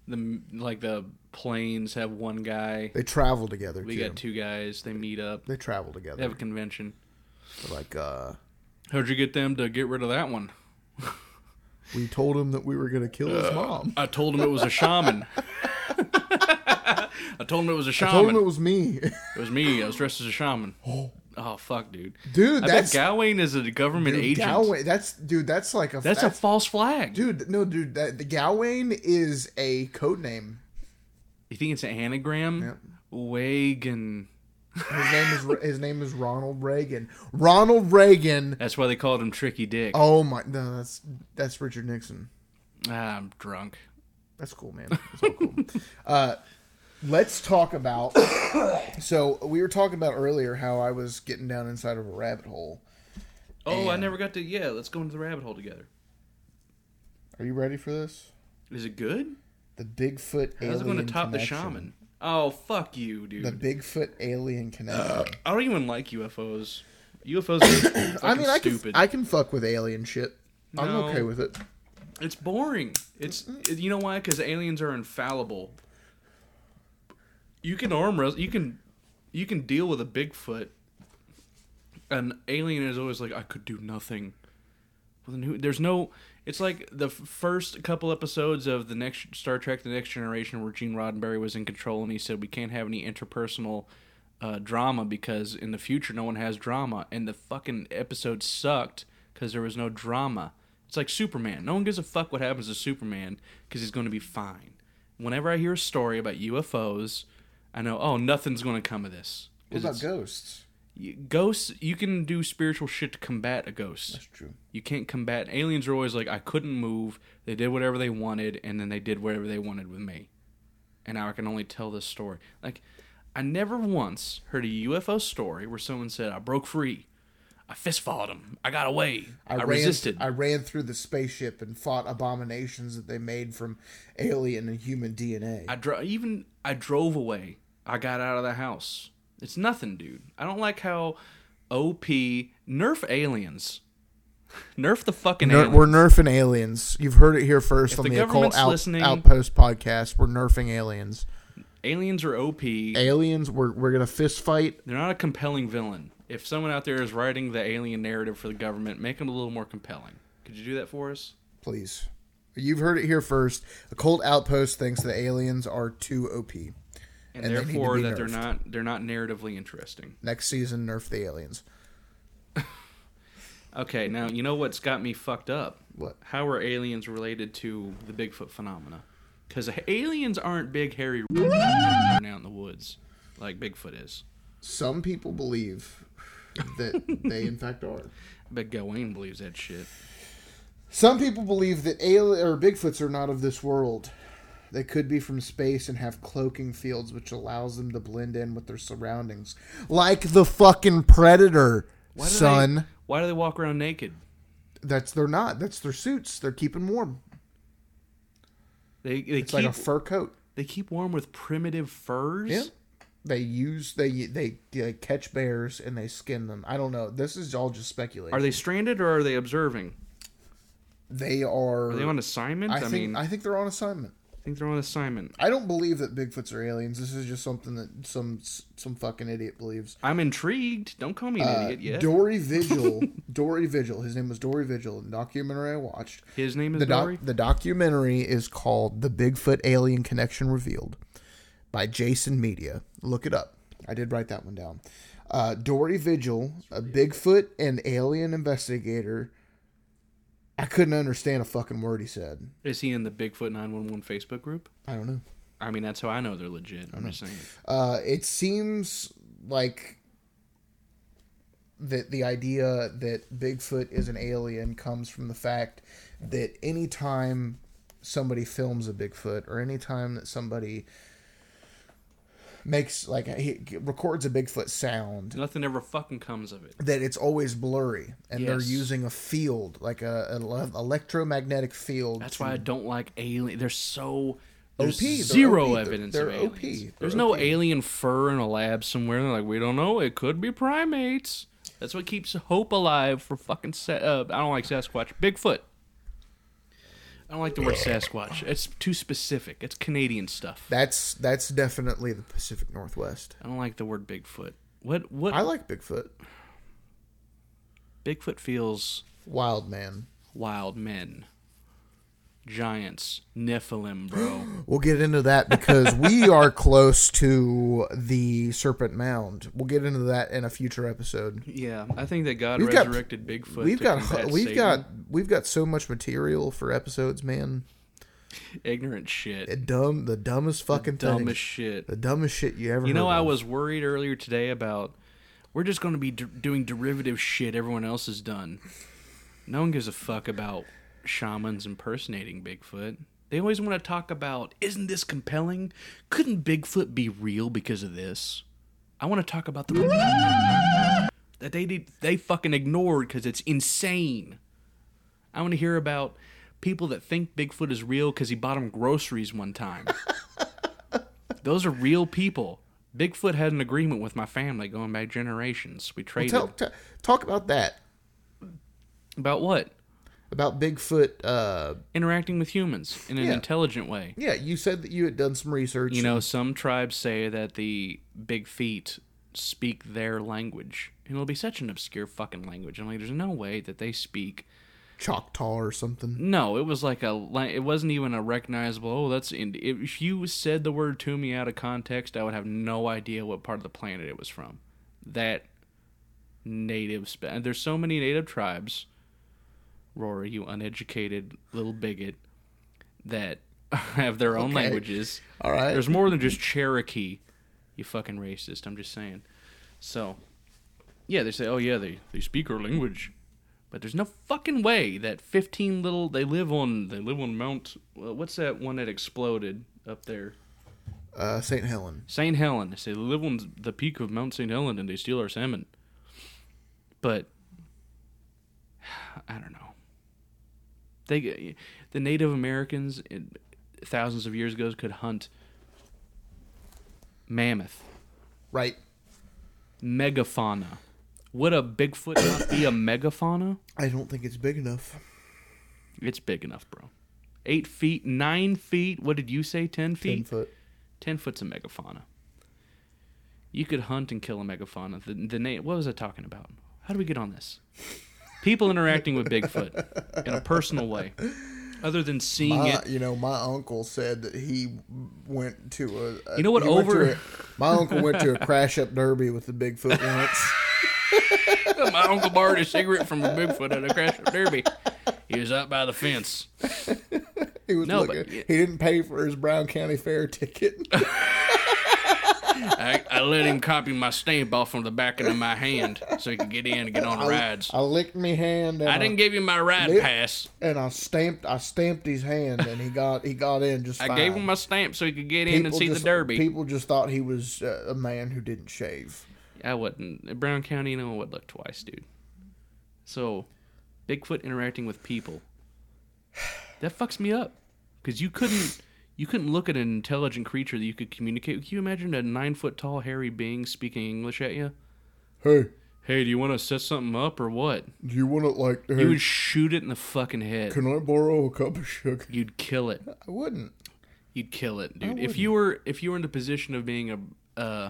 The like the planes have one guy.
They travel together.
We
too.
got two guys. They meet up.
They travel
They
together.
have a convention.
Like uh,
How'd you get them to get rid of that one?
we told him that we were gonna kill
Uh,
his mom.
I told them it was
(laughs)
a shaman. I told them it was a
Told
shaman.
him it was me.
(laughs) It was me. I was dressed as a shaman. Oh fuck, dude.
dude.
I bet
That's
Gawain is a government
dude,
agent.
Galway. That's dude. That's like a
that's, a false flag.
dude. No, dude. That, the Galwayne is a code name.
You think it's an anagram?
Yep.
Wagon.
His name
(laughs)
is his name is Ronald Reagan. Ronald Reagan.
That's why they called him Tricky Dick.
Oh my no, that's that's Richard Nixon.
Ah, I'm drunk.
That's cool, man. That's all
(laughs)
cool. uh, let's talk about. (coughs) So we were talking about earlier how I was getting down inside of a rabbit hole.
Oh, I
And-
never got to. Yeah, let's go into the rabbit hole together.
Are you ready for this?
Is it good?
The Bigfoot alien.
How's it going to top
connection.
the shaman? Oh, fuck you, dude.
The Bigfoot alien connection.
I don't even like UFOs. UFOs are (coughs)
I mean, I can
stupid.
I can fuck with alien shit. I'm
No.
okay with it.
It's boring. It's you know why? Because aliens are infallible. You can arm wrestle. You can you can deal with a Bigfoot. An alien is always like, I could do nothing. Well, then who, there's no. It's like the f- first couple episodes of the next Star Trek: The Next Generation, where Gene Roddenberry was in control, and he said we can't have any interpersonal uh, drama because in the future no one has drama, and the fucking episode sucked because there was no drama. It's like Superman. No one gives a fuck what happens to Superman because he's going to be fine. Whenever I hear a story about UFOs, I know oh nothing's going to come of this.
What
'Cause
about
it's-
ghosts?
y- ghosts? You can do spiritual shit to combat a ghost.
That's true.
You can't combat aliens. Are always like I couldn't move. They did whatever they wanted, and then they did whatever they wanted with me. And now I can only tell this story. Like I never once heard a UFO story where someone said I broke free, I fist fought him, I got away, I,
ran,
resisted.
I ran through the spaceship and fought abominations that they made from alien and human DNA.
I dro- even I drove away. I got out of the house. It's nothing, dude. I don't like how OP nerf aliens. (laughs) nerf the fucking
Ner-
aliens.
we're nerfing aliens. You've heard it here first on
the
the, Occult
government's
Out-
listening-
Outpost podcast. We're nerfing aliens.
aliens are OP.
Aliens. We're we're gonna fist fight.
They're not a compelling villain. If someone out there is writing the alien narrative for the government, make them a little more compelling. Could you do that for us?
Please. You've heard it here first. Occult Outpost thinks the aliens are too OP.
And,
And they need to
therefore,
be
that they're
nerfed.
not they're not narratively interesting.
Next season, nerf the aliens.
Okay, now you know what's got me fucked up.
What?
How are aliens related to the Bigfoot phenomena? Because aliens aren't big hairy (laughs) out in the woods like Bigfoot is.
Some people believe
(laughs)
that they in fact are.
I bet Gawain believes that shit.
Some people believe that alien or Bigfoots are not of this world. They could be from space and have cloaking fields which allows them to blend in with their surroundings. Like the fucking predator,
Why do they-
son.
why do they walk around naked?
That's they're not. That's their suits. They're keeping warm.
They they
It's
keep
like a fur coat.
they keep warm with primitive furs.
Yeah. They use they they they catch bears and they skin them. I don't know. This is all just speculation.
Are they stranded or are they observing?
They are.
Are they on assignment?
Uh, I
I,
think
mean, I
I think they're on assignment.
think they're on assignment.
I don't believe that Bigfoots are aliens. This is just something that some some fucking idiot believes.
I'm intrigued. Don't call me an
Uh,
idiot yet.
Dory Vigil,
(laughs)
Dory Vigil. His name was Dory Vigil. In the documentary I watched,
His name is
the doc,
Dory.
the documentary is called "The Bigfoot Alien Connection Revealed" by Jason Media. Look it up. I did write that one down. Uh, Dory Vigil, a Bigfoot and alien investigator. I couldn't understand a fucking word he said.
Is he in the Bigfoot 911 Facebook group?
I don't know.
I mean, that's how I know they're legit. I'm just saying.
Uh, it seems like that the idea that Bigfoot is an alien comes from the fact that anytime somebody films a Bigfoot or anytime that somebody makes like he records a Bigfoot sound
Nothing ever fucking comes of it.
that it's always blurry and they're
Yes.
using a field like a an ele- electromagnetic field
That's
to-
why I don't like alien. There's so there's
OP, they're
zero
OP, they're-
evidence
they're
of
OP,
aliens.
they're
There's no
OP.
alien fur in a lab somewhere. They're like, we don't know. It could be primates. That's what keeps hope alive for fucking. Sa- uh, I don't like Sasquatch. Bigfoot. I don't like the word Sasquatch. It's too specific. It's Canadian stuff.
that's that's definitely the Pacific Northwest
I don't like the word Bigfoot. What what
I like Bigfoot
Bigfoot feels
wild man
wild men. giants,
(gasps)
Nephilim, bro.
We'll get into that because
(laughs)
we are close to the Serpent Mound. We'll get into that in a future episode.
yeah, I think that God
We've got-
resurrected Bigfoot.
we've
to
got
combat
we've
Satan.
got we've got so much material for episodes, man.
ignorant shit,
It dumb the dumbest fucking
dumbest
thing.
shit.
The dumbest shit you ever
You
heard
know, I
of.
was worried earlier today about we're just going to be d- doing derivative shit everyone else has done. No one gives a fuck about shamans impersonating Bigfoot. They always want to talk about, isn't this compelling? Couldn't Bigfoot be real because of this? I want to talk about the that they did, they fucking ignored because it's insane. I want to hear about people that think Bigfoot is real because he bought them groceries one
(laughs)
time. Those are real people. Bigfoot had an agreement with my family going back generations. We traded
Tell, t- talk about that
about what
about Bigfoot. Uh,
interacting with humans in an
Yeah.
intelligent way.
yeah, you said that you had done some research.
You know, some tribes say that the big feet speak their language, and it'll be such an obscure fucking language. I'm like, there's no way that they speak.
Choctaw or something.
No, it was like a. la- It wasn't even a recognizable. Oh, that's Indi-" if you said the word to me out of context, I would have no idea what part of the planet it was from. That native. Spe- and there's so many native tribes. Rory, you uneducated little bigot, that (laughs) have their own
Okay.
languages.
All right.
There's more than just Cherokee. You fucking racist. I'm just saying. So, yeah, they say, oh yeah, they they speak our language, but there's no fucking way that 15 little they live on they live on Mount well, what's that one that exploded up there?
Uh, Saint Helen.
St. Helen. They say they live on the peak of Mount St. Helen and they steal our salmon. But (sighs) I don't know. They the Native Americans in, thousands of years ago could hunt mammoth,
Right.
megafauna. Would a Bigfoot not be a megafauna?
I don't think it's big enough.
It's big enough, bro. Eight feet, nine feet. What did you say? Ten feet.
Ten foot.
Ten foot's a megafauna. You could hunt and kill a megafauna. The, the name. What was I talking about? How do we get on this? People interacting with Bigfoot in a personal way, other than seeing
My, (laughs)
it.
you know, my uncle said that he went to a. a-
You know what,
he went to
over-
a- my uncle went to a crash up derby with the Bigfoot
(laughs)
once.
My uncle borrowed a cigarette from a Bigfoot at a crash of derby. He was up by the fence.
He was
No, but-
looking. he didn't pay for his Brown County Fair
(laughs)
ticket.
I, I let him copy my stamp off from the back of my hand so he could get in and get on the rides.
I licked me hand and
I
I,
didn't give you my ride
Nope.
pass.
and I stamped I stamped his hand and he got he got in just.
I
fine.
gave him my stamp so he could get in and
People
see
just-
the derby.
People just thought he was uh, a man who didn't shave.
I wouldn't. Brown County, no one would look twice, dude. So, Bigfoot interacting with people. That fucks me up. Because you couldn't. You couldn't look at an intelligent creature that you could communicate. with. Can you imagine a nine foot tall hairy being speaking English at you?
Hey,
Hey, do you want to set something up or what?
do you want to like?
You
Hey,
would shoot it in the fucking head.
can I borrow a cup of sugar?
You'd kill it.
I wouldn't.
You'd kill it, dude. If you were if you were in the position of being a uh,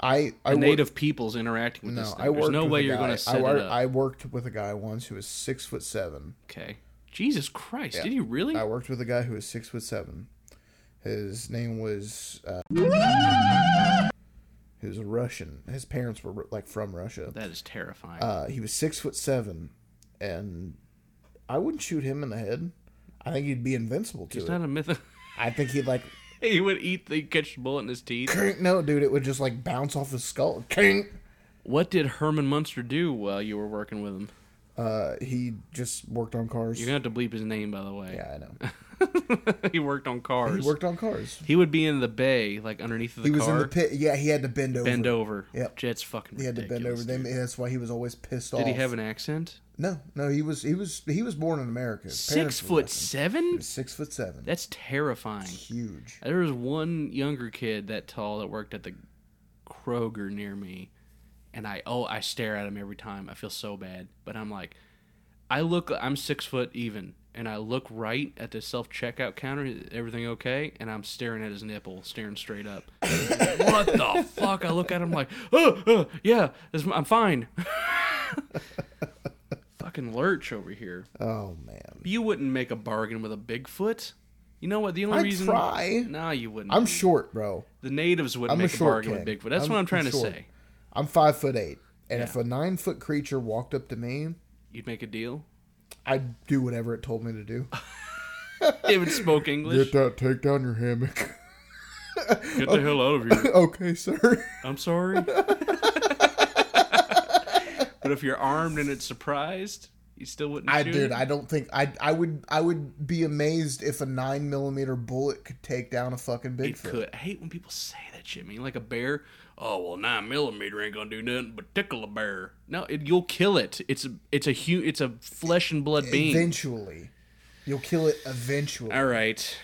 I I wor-
a native peoples interacting with this
No,
thing,
I
there's
worked.
no
with
way
a
you're
guy.
going to set
I, wor-
it up.
I worked with a guy once who was six foot seven.
Okay. Jesus Christ, did you really?
I worked with a guy who was six foot seven. His name was. Uh, he was a Russian. His parents were like from Russia.
That is terrifying.
Uh, he was six foot seven, and I wouldn't shoot him in the head. I think he'd be invincible to
Is
it.
that a myth? (laughs)
I think he'd like.
he would eat the catch the bullet in his teeth.
"Kink." No, dude, it would just like bounce off his skull. Kink.
What did Herman Munster do while you were working with him?
Uh, he just worked on cars.
You're gonna have to bleep his name, by the way.
Yeah, I know.
(laughs) he worked on
He
cars. He,
worked on cars.
would be in the bay, like underneath of the
He was
car.
in the pit. Yeah, he had to bend over.
Bend over.
Yep.
Jet's fucking.
He had to bend over.
ridiculous.
They, that's why he was always pissed off.
Did he have an accent?
No, no. He was he was he was born in America. His parents
Six
were
foot
Russian. He
seven.
was six foot seven.
That's terrifying.
Huge.
There was one younger kid that tall that worked at the Kroger near me, and I oh I stare at him every time. I feel so bad, but I'm like, I look I'm six foot even, and I look right at the self checkout counter. Everything okay? And I'm staring at his nipple, staring straight up. (laughs) what the fuck? I "Uh, look at him like, oh, oh yeah, this, I'm fine. (laughs) fucking lurch over here.
Oh man,
You wouldn't make a bargain with a Bigfoot. You know what? The only
I
reason
try.
No, you wouldn't.
I'm short, bro.
the natives wouldn't
I'm a
make a,
short
bargain
king.
with Bigfoot. That's what I'm trying to
short.
say.
I'm five foot eight, and
Yeah.
if a nine foot creature walked up to me,
You'd make a deal.
I'd do whatever it told me to
(laughs)
do.
It would
(laughs)
spoke English.
Get that. Take down your hammock. (laughs)
Get the hell out of here.
okay, sir. (laughs)
I'm sorry. but if you're armed and it's surprised, you still wouldn't.
I
shoot
dude,
it?
I don't think I I would I would be amazed if a nine millimeter bullet could take down a fucking
It
Bigfoot.
could. I hate when people say that shit. I mean, like a bear. Oh well, nine millimeter ain't gonna do nothing but tickle a bear. No, it, you'll kill it. It's a, it's a hu- it's a flesh and blood being.
Eventually, you'll kill it. Eventually,
All right.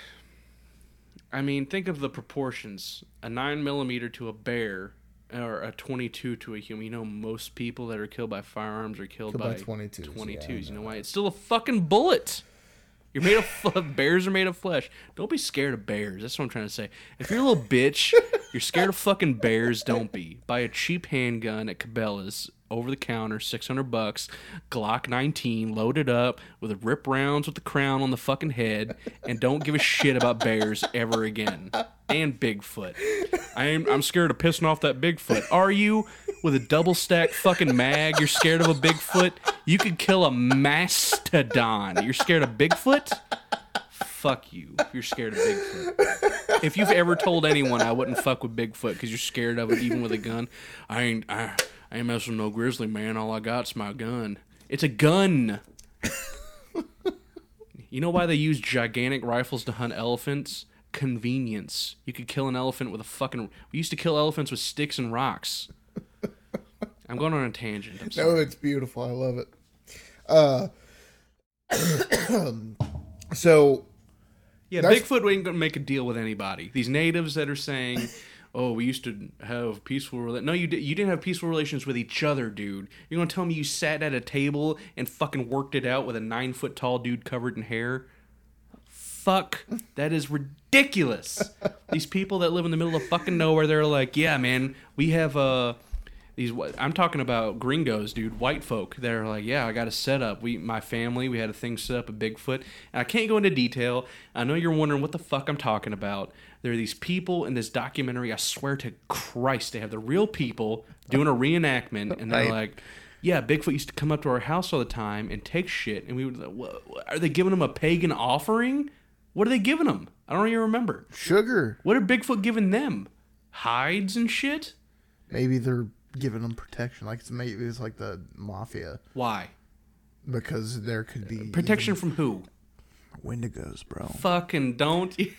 I mean, think of the proportions: a nine millimeter to a bear, or a twenty-two to a human. You know, most people that are killed by firearms are killed,
Killed by
by
22s, yeah, I
22s. you know why? It's still a fucking bullet. You're made of fl- (laughs) bears are made of flesh. Don't be scared of bears. That's what I'm trying to say. If you're a little bitch, you're scared of fucking bears. Don't be. Buy a cheap handgun at Cabela's, over the counter, 600 bucks, Glock 19, loaded up with rip rounds with the crown on the fucking head, and don't give a shit about bears ever again. And Bigfoot. I am, I'm scared of pissing off that Bigfoot. Are you? With a double stack fucking mag, you're scared of a Bigfoot? You could kill a mastodon. You're scared of Bigfoot? Fuck you. If you're scared of Bigfoot. If you've ever told anyone I wouldn't fuck with Bigfoot because you're scared of it, even with a gun, I ain't. I, I ain't messing with no grizzly man. All I got's my gun. It's a gun. you know why they use gigantic rifles to hunt elephants? Convenience. You could kill an elephant with a fucking. We used to kill elephants with sticks and rocks. I'm going on a tangent. I'm sorry.
no, Oh, it's beautiful. I love it. Uh, (coughs) so
Yeah,
That's-
Bigfoot ain't gonna make a deal with anybody. These natives that are saying, (laughs) "Oh, we used to have peaceful relations." No, you did. You didn't have peaceful relations with each other, dude. You're gonna tell me you sat at a table and fucking worked it out with a nine foot tall dude covered in hair? Fuck, that is ridiculous. These people that live in the middle of fucking nowhere, they're like, "Yeah, man, we have uh these wh- I'm talking about gringos, dude, white folk that are like, yeah, I got a setup. We, my family, we had a thing set up, a Bigfoot. And I can't go into detail. I know you're wondering what the fuck I'm talking about. There are these people in this documentary. I swear to Christ, they have the real people doing a reenactment, and they're
Right.
like, yeah, Bigfoot used to come up to our house all the time and take shit, and we would. "Wha- wha- Are they giving him a pagan offering? What are they giving him? I don't even remember.
sugar,
What are Bigfoot giving them? Hides and shit.
maybe they're giving them protection. Like it's maybe it's like the mafia
Why?
because there could be
Protection from who?
Wendigos, bro.
fucking don't you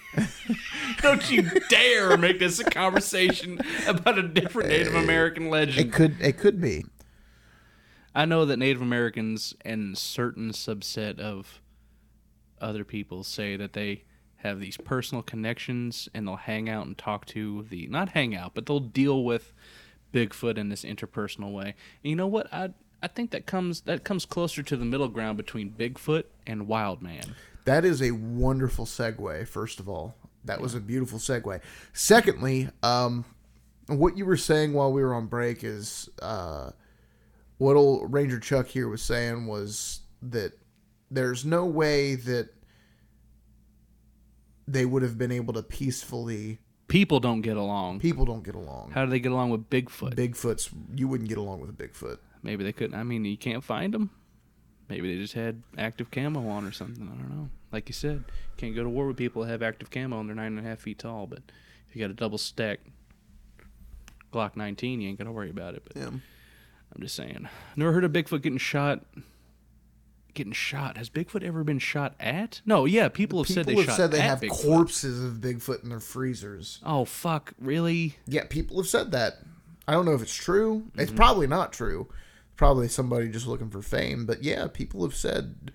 (laughs) don't you dare make this a conversation about a different Native American
It
legend.
could it could be.
I know that Native Americans and certain subset of other people say that they have these personal connections and they'll hang out and talk to the not hang out, but they'll deal with Bigfoot in this interpersonal way. And you know what? I I think that comes that comes closer to the middle ground between Bigfoot and Wild Man.
That is a wonderful segue, first of all. That was a beautiful segue. Secondly, um, what you were saying while we were on break is uh, what old Ranger Chuck here was saying was that there's no way that they would have been able to peacefully.
People don't get along.
People don't get along.
How do they get along with Bigfoot?
Bigfoot's. You wouldn't get along with a Bigfoot.
Maybe they couldn't. I mean, you can't find them. Maybe they just had active camo on or something. I don't know. Like you said, can't go to war with people that have active camo and they're nine and a half feet tall. But if you got a double stack Glock 19, you ain't gonna worry about it. But
Yeah.
I'm just saying, never heard of Bigfoot getting shot. Getting shot? Has Bigfoot ever been shot at? No. Yeah, people have
People
said they
have
shot
said they
at
have
Bigfoot.
corpses of Bigfoot in their freezers.
oh fuck! Really?
Yeah, people have said that. I don't know if it's true. It's probably not true. Probably somebody just looking for fame. But yeah, people have said,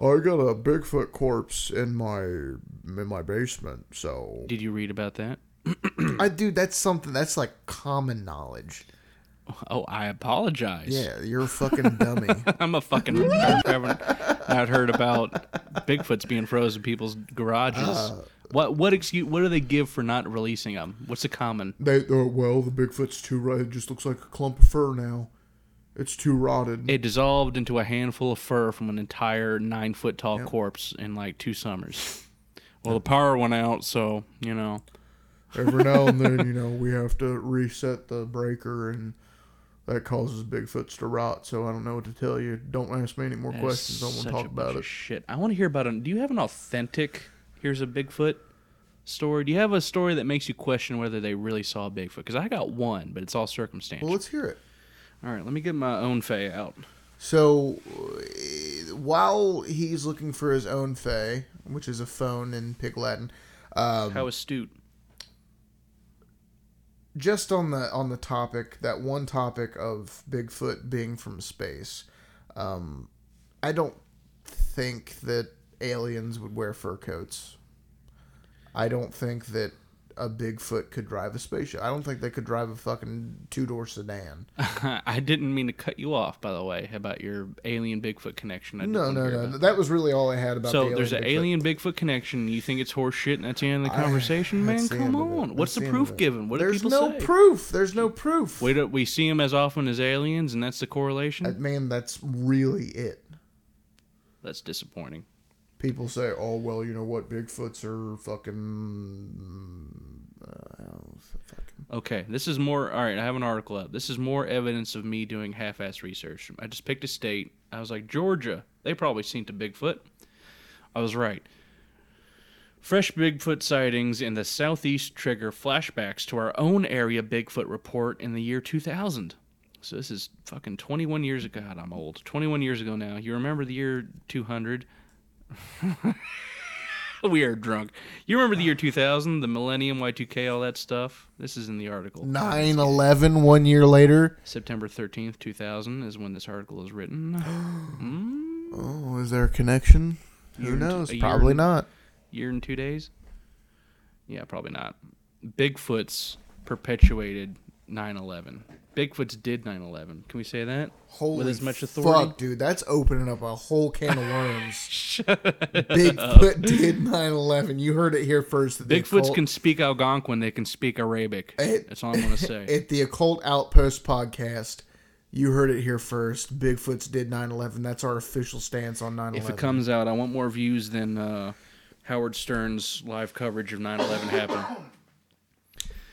"I got a Bigfoot corpse in my in my basement." So,
Did you read about that?
I dude, that's something that's like common knowledge.
Oh, I apologize.
Yeah, you're a fucking dummy.
(laughs) I'm a
(laughs)
fucking nerd for having not heard about Bigfoots being frozen in people's garages.
Uh.
what what excuse? What do they give for not releasing them? What's the common?
They uh, well, the Bigfoot's too right. It just looks like a clump of fur now. It's too rotted.
It dissolved into a handful of fur from an entire nine foot tall corpse in like two summers. Well, the power went out, so you know.
Every now and then, you know, we have to reset the breaker, and that causes Bigfoots to rot. So I don't know what to tell you. Don't ask me any more
That is
questions. I won't
such a
talk
bunch
about
of
it.
Shit, I want to hear about it. Do you have an authentic? Here's a Bigfoot story. Do you have a story that makes you question whether they really saw Bigfoot? Because I got one, but it's all circumstantial.
Well, let's hear it.
all right, let me get my own Fay out.
So uh, while he's looking for his own Fey, which is a phone in Pig Latin, um,
How astute. (laughs)
just on the on the topic that one topic of Bigfoot being from space, um, I don't think that aliens would wear fur coats. I don't think that a Bigfoot could drive a spaceship. I don't think they could drive a fucking two door sedan.
I didn't mean to cut you off, by the way, about your alien Bigfoot connection. I didn't
No,
wanna
no,
hear
no.
about
That was really all I had about.
So
the
there's an
Bigfoot.
alien Bigfoot connection. You think it's horseshit, and that's the end of the
I-
conversation, man.
that's the
Come
end of it.
on, what's
That's
the,
end
proof
of it.
given? What
There's
do people
no
say?
proof. There's no proof.
We don't, we see him as often as aliens, and that's the correlation.
Uh, Man, that's really it.
that's disappointing.
People say, "Oh well, you know what? Bigfoots are fucking." Uh, fucking.
Okay, this is more. All right, I have an article up. This is more evidence of me doing half ass research. I just picked a state. I was like, Georgia. They probably seen to Bigfoot. I was right. Fresh Bigfoot sightings in the southeast trigger flashbacks to our own area Bigfoot report in the year 2000. So this is fucking 21 years ago. God, I'm old. 21 years ago now. You remember the year 200? (laughs) we are drunk. You remember the year 2000, the millennium, Y2K, all that stuff? This is in the article.
9 11, one year later.
September 13th, 2000 is when this article is written. (laughs)
Oh, is there a connection?
Year
Who
and-
knows?
a year
Probably
and-
not.
year and two days? Yeah, probably not. Bigfoot's perpetuated 9 11. Bigfoot's did 9 11. Can we say that?
Holy
as much authority?
(laughs) fuck, dude. That's opening up a whole can of
(laughs)
worms. Bigfoot did 9 11. You heard it here first. at the
Bigfoots
occult-
can speak Algonquin, they can speak Arabic.
(laughs) It-
That's all I'm going to say.
At the Occult Outpost podcast, you heard it here first. Bigfoots did 9 11. That's our official stance on 9
if
11.
it comes out, I want more views than uh, Howard Stern's live coverage of 9 11 happened.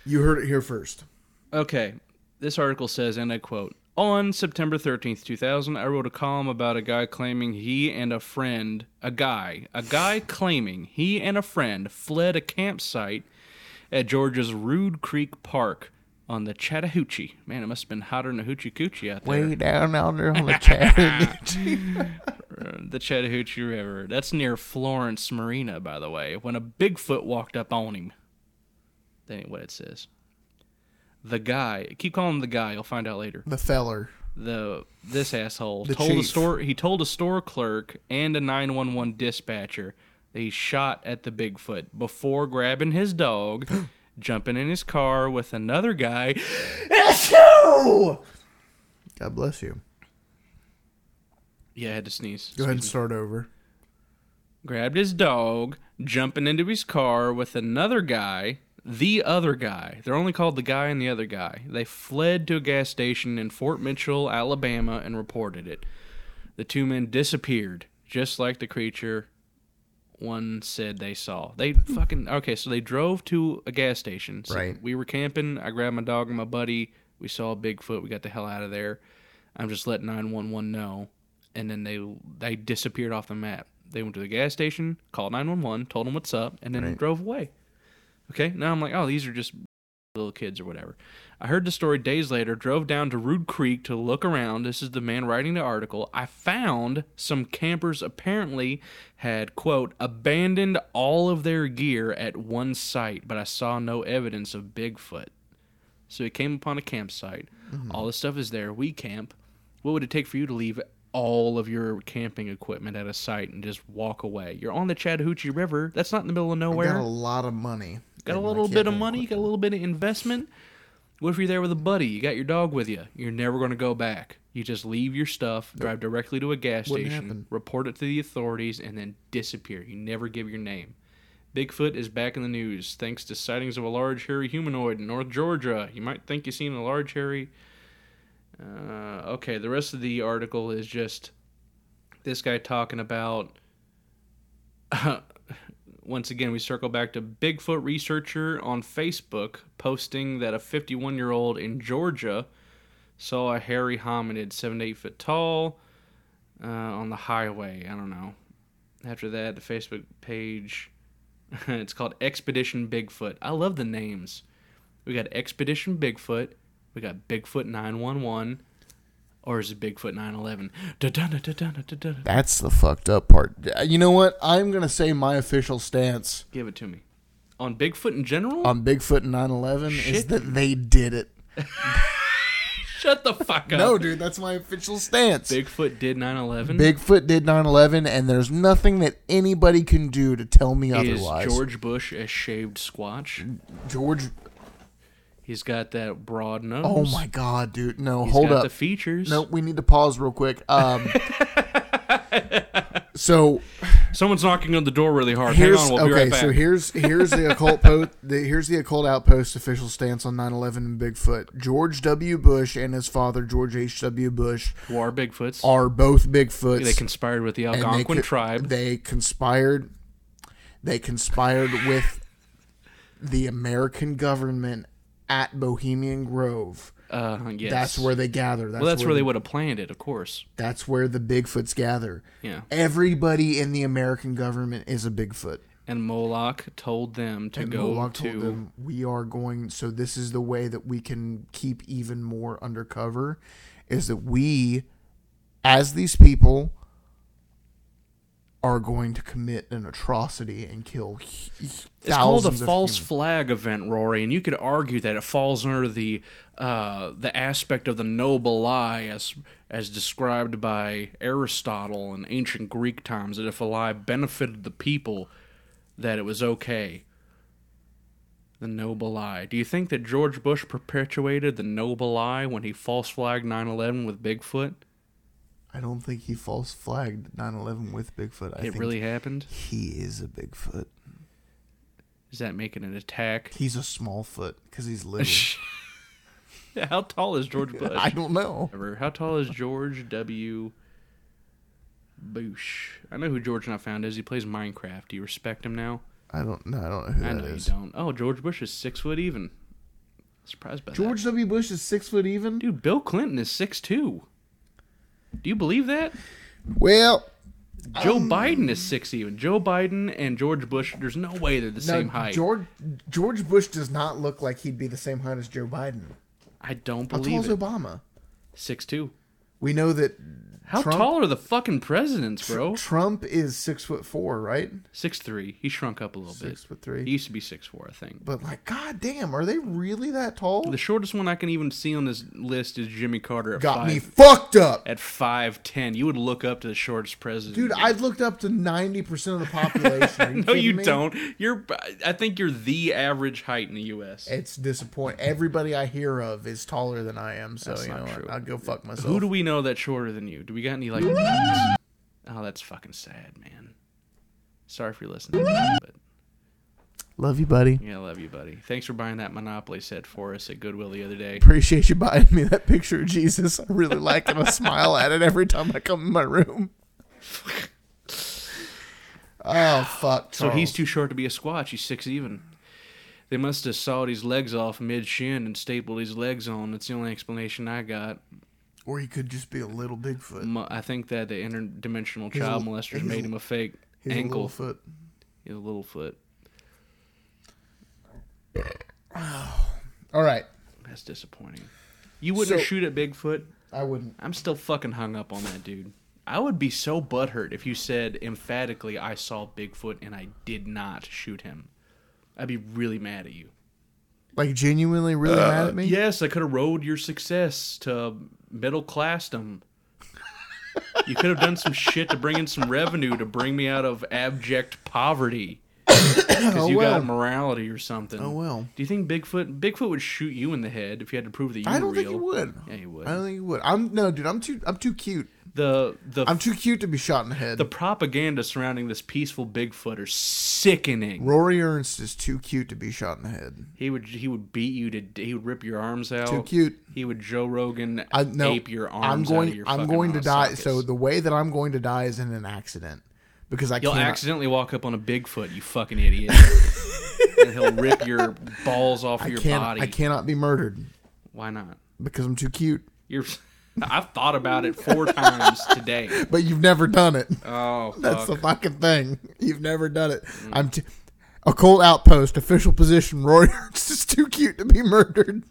You heard it here first.
Okay. This article says, and I quote On September 13th, 2000, I wrote a column about a guy claiming he and a friend, a guy, a guy claiming he and a friend fled a campsite at Georgia's Rude Creek Park on the Chattahoochee. Man, it must have been hotter than a hoochie coochie out there.
down out there
(laughs)
on the chat.
Uh, The Chattahoochee River. That's near Florence Marina, by the way, when a Bigfoot walked up on him. That ain't what it says. The guy, keep calling him the guy, you'll find out later.
the feller.
the this asshole
The
told a
chief.
store he told a store clerk and a 911 dispatcher that he shot at the Bigfoot before grabbing his dog,
(gasps)
jumping in his car with another guy.
God bless you.
Yeah, I had to sneeze.
Go ahead and start over.
Grabbed his dog, jumping into his car with another guy, the other guy. They're only called the guy and the other guy. They fled to a gas station in Fort Mitchell, Alabama and reported it. The two men disappeared, just like the creature one said they saw. They fucking okay. So they drove to a gas station. So
Right.
We were camping. I grabbed my dog and my buddy. We saw Bigfoot. We got the hell out of there. I'm just letting 911 know. And then they they disappeared off the map. They went to the gas station, called 911, told them what's up, and then drove away. Okay. Now I'm like, oh, these are just little kids or whatever. I heard the story days later, drove down to Rude Creek to look around. This is the man writing the article. I found some campers apparently had, quote, abandoned all of their gear at one site, but I saw no evidence of Bigfoot. So we came upon a campsite.
Mm-hmm.
All the stuff is there. We camp. What would it take for you to leave all of your camping equipment at a site and just walk away? You're on the Chattahoochee River. That's not in the middle of nowhere.
Got a lot of money.
Got a
And I
little
can't
bit of
think-
money, got a little bit of investment. What if you're there with a buddy? You got your dog with you. You're never going to go back. You just leave your stuff, drive directly to a gas
Wouldn't
station,
happen.
report it to the authorities, and then disappear. You never give your name. Bigfoot is back in the news thanks to sightings of a large hairy humanoid in North Georgia. You might think you've seen a large hairy. Uh, okay, the rest of the article is just this guy talking about. once again, we circle back to Bigfoot researcher on Facebook posting that a 51 year old in Georgia saw a hairy hominid, seven to eight foot tall, uh, on the highway. I don't know. After that, the Facebook page. (laughs) it's called Expedition Bigfoot. I love the names. We got Expedition Bigfoot. We got Bigfoot 911. Or is it Bigfoot 911? Da-da-da, da-da-da, da-da-da.
That's the fucked up part. Uh, You know what? I'm gonna say my official stance
Give it to me. On Bigfoot in general?
on Bigfoot and 9/11 is
Shit.
that they did it.
Shut the fuck up.
No, dude, that's my official stance.
Bigfoot did 911.
Bigfoot did 9/11, and there's nothing that anybody can do to tell me
is
otherwise. Mm.
George Bush a shaved Squatch?
George,
He's got that broad nose.
oh my god, dude, no,
He's
hold
got
up.
the features.
No, we need to pause real quick.
(laughs)
Um, so
Someone's knocking on the door really hard.
here's
Hang on, we'll be
okay.
right back.
So here's here's the
(laughs)
occult po- the, here's the occult outpost official stance on 9/11 and Bigfoot. George W. Bush and his father George H. W. Bush
War Bigfoots.
are both Bigfoots.
they conspired with the
and they
Algonquin
co-
tribe.
They conspired. They conspired with the American government at Bohemian Grove.
uh, yes.
That's where they gather. That's
Well, that's where they
the-
would have planned it, of course.
that's where the Bigfoots gather.
Yeah.
Everybody in the American government is a Bigfoot.
And Moloch told them to
And
go
Moloch
to.
told them, we are going. So this is the way that we can keep even more undercover, is that we, as these people, are going to commit an atrocity and kill h- h-
It's called a
thousands of
false
humans.
flag event, Rory, and you could argue that it falls under the uh, the aspect of the noble lie as as described by Aristotle in ancient Greek times. That if a lie benefited the people, that it was okay. The noble lie. Do you think that George Bush perpetuated the noble lie when he false flagged 9/11 with Bigfoot?
I don't think he false flagged 9/11 with Bigfoot. I
it
think
really happened.
he is a Bigfoot.
Is that making
(laughs)
an attack?
He's a small foot because he's little.
How tall is George Bush?
(laughs) I don't know.
Ever. How tall is George W. Bush? I know who George Not Found is. He plays Minecraft. Do you respect him now?
I don't know. I don't know who
I
that
know
is.
you don't. Oh, George Bush is six foot even. Surprised by
George W. Bush is six foot even.
that. Dude, Bill Clinton is six two. Do you believe that?
Well,
Joe
Um,
Biden is six even. Joe Biden and George Bush, there's no way they're the
Now,
same height.
George George Bush does not look like he'd be the same height as Joe Biden.
I don't
How tall
believe
is
it.
Obama?
Six two.
We know that
How
Trump-
tall are the fucking
(laughs)
presidents, bro?
Trump is six foot four, right?
Six three. He shrunk up a little
Six
bit.
foot three.
He used to be six four, I think.
But like, god damn, are they really that tall?
The shortest one I can even see on this list is Jimmy Carter at
Got
five,
me fucked up.
at five ten. You would look up to the shortest president,
Dude, I've looked up to ninety percent of the population. Are
(laughs) no, you
kidding me?
don't. You're. I think you're the average height in the U.S.
It's disappointing. Everybody I hear of is taller than I am, so you know
not
what?
true.
I'll go fuck myself.
Who do we know that's shorter than you? Do we got any like? oh, that's fucking sad, man. Sorry if you're listening, but
love you, buddy.
yeah, I love you, buddy. Thanks for buying that Monopoly set for us at Goodwill the other day.
Appreciate you buying me that picture of Jesus. I really like it. I smile at it every time I come in my room.
oh fuck!
So he's
Charles.
too short to be a squatch. He's six even. They must have sawed his legs off mid shin and stapled his legs on. That's the only explanation I got.
or he could just be a little Bigfoot.
Mo- I think that the interdimensional child
l-
molesters
he's
made
a-
him a fake
He's a little
ankle.
foot.
He's a little foot.
All right,
That's disappointing. You wouldn't
So-
shoot at Bigfoot.
I wouldn't.
I'm still fucking hung up on that dude. I would be so butthurt if you said emphatically, "I saw Bigfoot and I did not shoot him." I'd be really mad at you.
Like genuinely really mad
Uh,
at me?
Yes, I could have rode your success to middle classdom. you could have done some shit to bring in some revenue to bring me out of
(coughs)
abject poverty. Because
Oh,
you
well.
got morality or something.
Oh, well.
Do you think Bigfoot Bigfoot would shoot you in the head if you had to prove that you
I
were
don't
real?
think he would.
Yeah, he would.
I don't think he would. I'm no, dude. I'm too. I'm too cute.
the the
I'm too cute to be shot in the head.
the propaganda surrounding this peaceful Bigfoot are sickening.
Rory Ernst is too cute to be shot in the head.
He would he would beat you to he would rip your arms out.
Too cute.
He would Joe Rogan
I no.
ape your arms.
I'm going.
Out of your
I'm
fucking
going to
arm
die.
sockets.
So the way that I'm going to die is in an accident because I
you'll
cannot.
accidentally walk up on a Bigfoot, you fucking idiot, (laughs) and he'll rip your balls off
I
your
can't.
body.
I cannot be murdered
Why not?
because I'm too cute.
You're. I've thought about it four times today.
(laughs) But you've never done it.
Oh,
(laughs)
Mm.
That's
fuck.
the fucking thing. You've never done it. I'm. T- Occult outpost official position. (laughs) Rory Ernst is too cute to be murdered.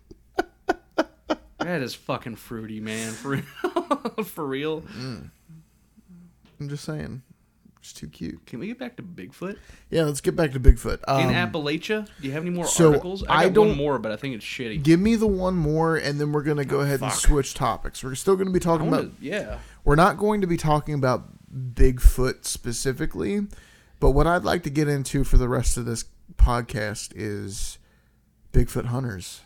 that is fucking fruity, man. For real. (laughs) for real.
Mm. I'm just saying, it's too cute.
Can we get back to Bigfoot
Yeah, let's get back to Bigfoot.
in
Um,
Appalachia? Do you have any more
so,
articles? I,
I
got one
don't-
more, but I think it's shitty.
Give me the one more, and then we're gonna go ahead and switch topics. We're still gonna be
I
talking
wanna-
about.
yeah.
We're not going to be talking about Bigfoot specifically, but what I'd like to get into for the rest of this podcast is Bigfoot hunters.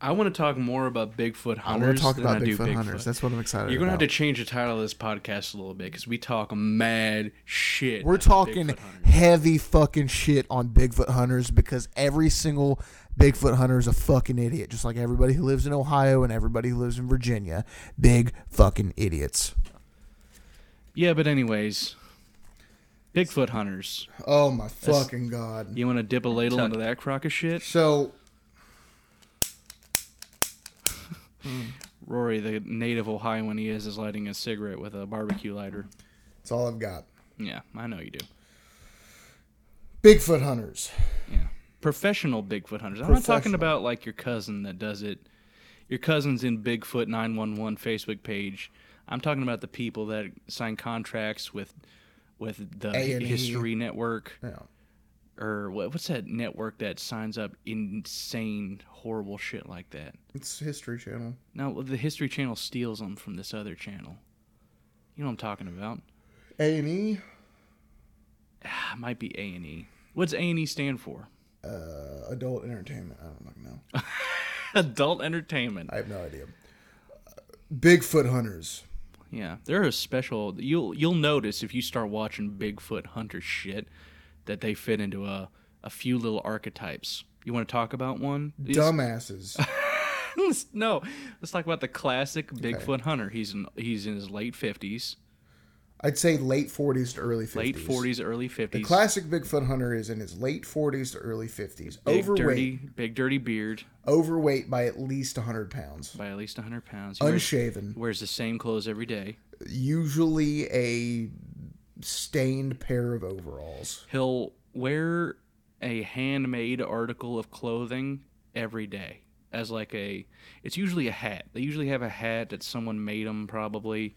I want to talk more about Bigfoot
I
hunters.
want to talk
than
about
I do
Bigfoot, hunters. That's what I'm excited.
You're gonna
about.
have to change the title of this podcast a little bit because we talk mad shit.
We're
about
talking
Bigfoot hunters.
heavy fucking shit on Bigfoot hunters because every single Bigfoot hunter is a fucking idiot, just like everybody who lives in Ohio and everybody who lives in Virginia. Big fucking idiots.
Yeah, but anyways, Bigfoot hunters.
Oh my fucking god.
You want to dip a ladle into that crock of shit,
So
Rory? The native Ohioan he is is lighting a cigarette with a barbecue lighter.
that's all I've got.
Yeah, I know you do.
Bigfoot hunters.
Yeah, professional Bigfoot hunters. I'm not talking
Professional.
about like your cousin that does it. Your cousin's in Bigfoot 911 Facebook page. I'm talking about the people that sign contracts with with the
A&E.
History Network
Yeah.
or what, what's that network that signs up insane, horrible shit like that.
It's History Channel.
No, the History Channel steals them from this other channel. You know what I'm talking about?
A and E.
Ah, It might be A and E. What's A and E stand for? (laughs)
Uh, adult entertainment. I don't fucking know.
Adult Entertainment.
I have no idea. Uh, Bigfoot hunters.
Yeah, they're a special. You'll you'll notice if you start watching Bigfoot hunter shit that they fit into a a few little archetypes. You want to talk about one? It's-
Dumbasses.
(laughs) no, let's talk about the classic Bigfoot hunter. He's in he's in his late fifties,
I'd say late 40s to early 50s.
late forties, early
The
fifties.
classic Bigfoot hunter is in his late 40s to early 50s,
big
overweight,
dirty, big dirty beard
overweight by at least 100 pounds,
by at least hundred pounds. He wears,
unshaven,
wears the same clothes every day.
usually a stained pair of overalls.
He'll wear a handmade article of clothing every day as like a it's usually a hat. They usually have a hat that someone made him probably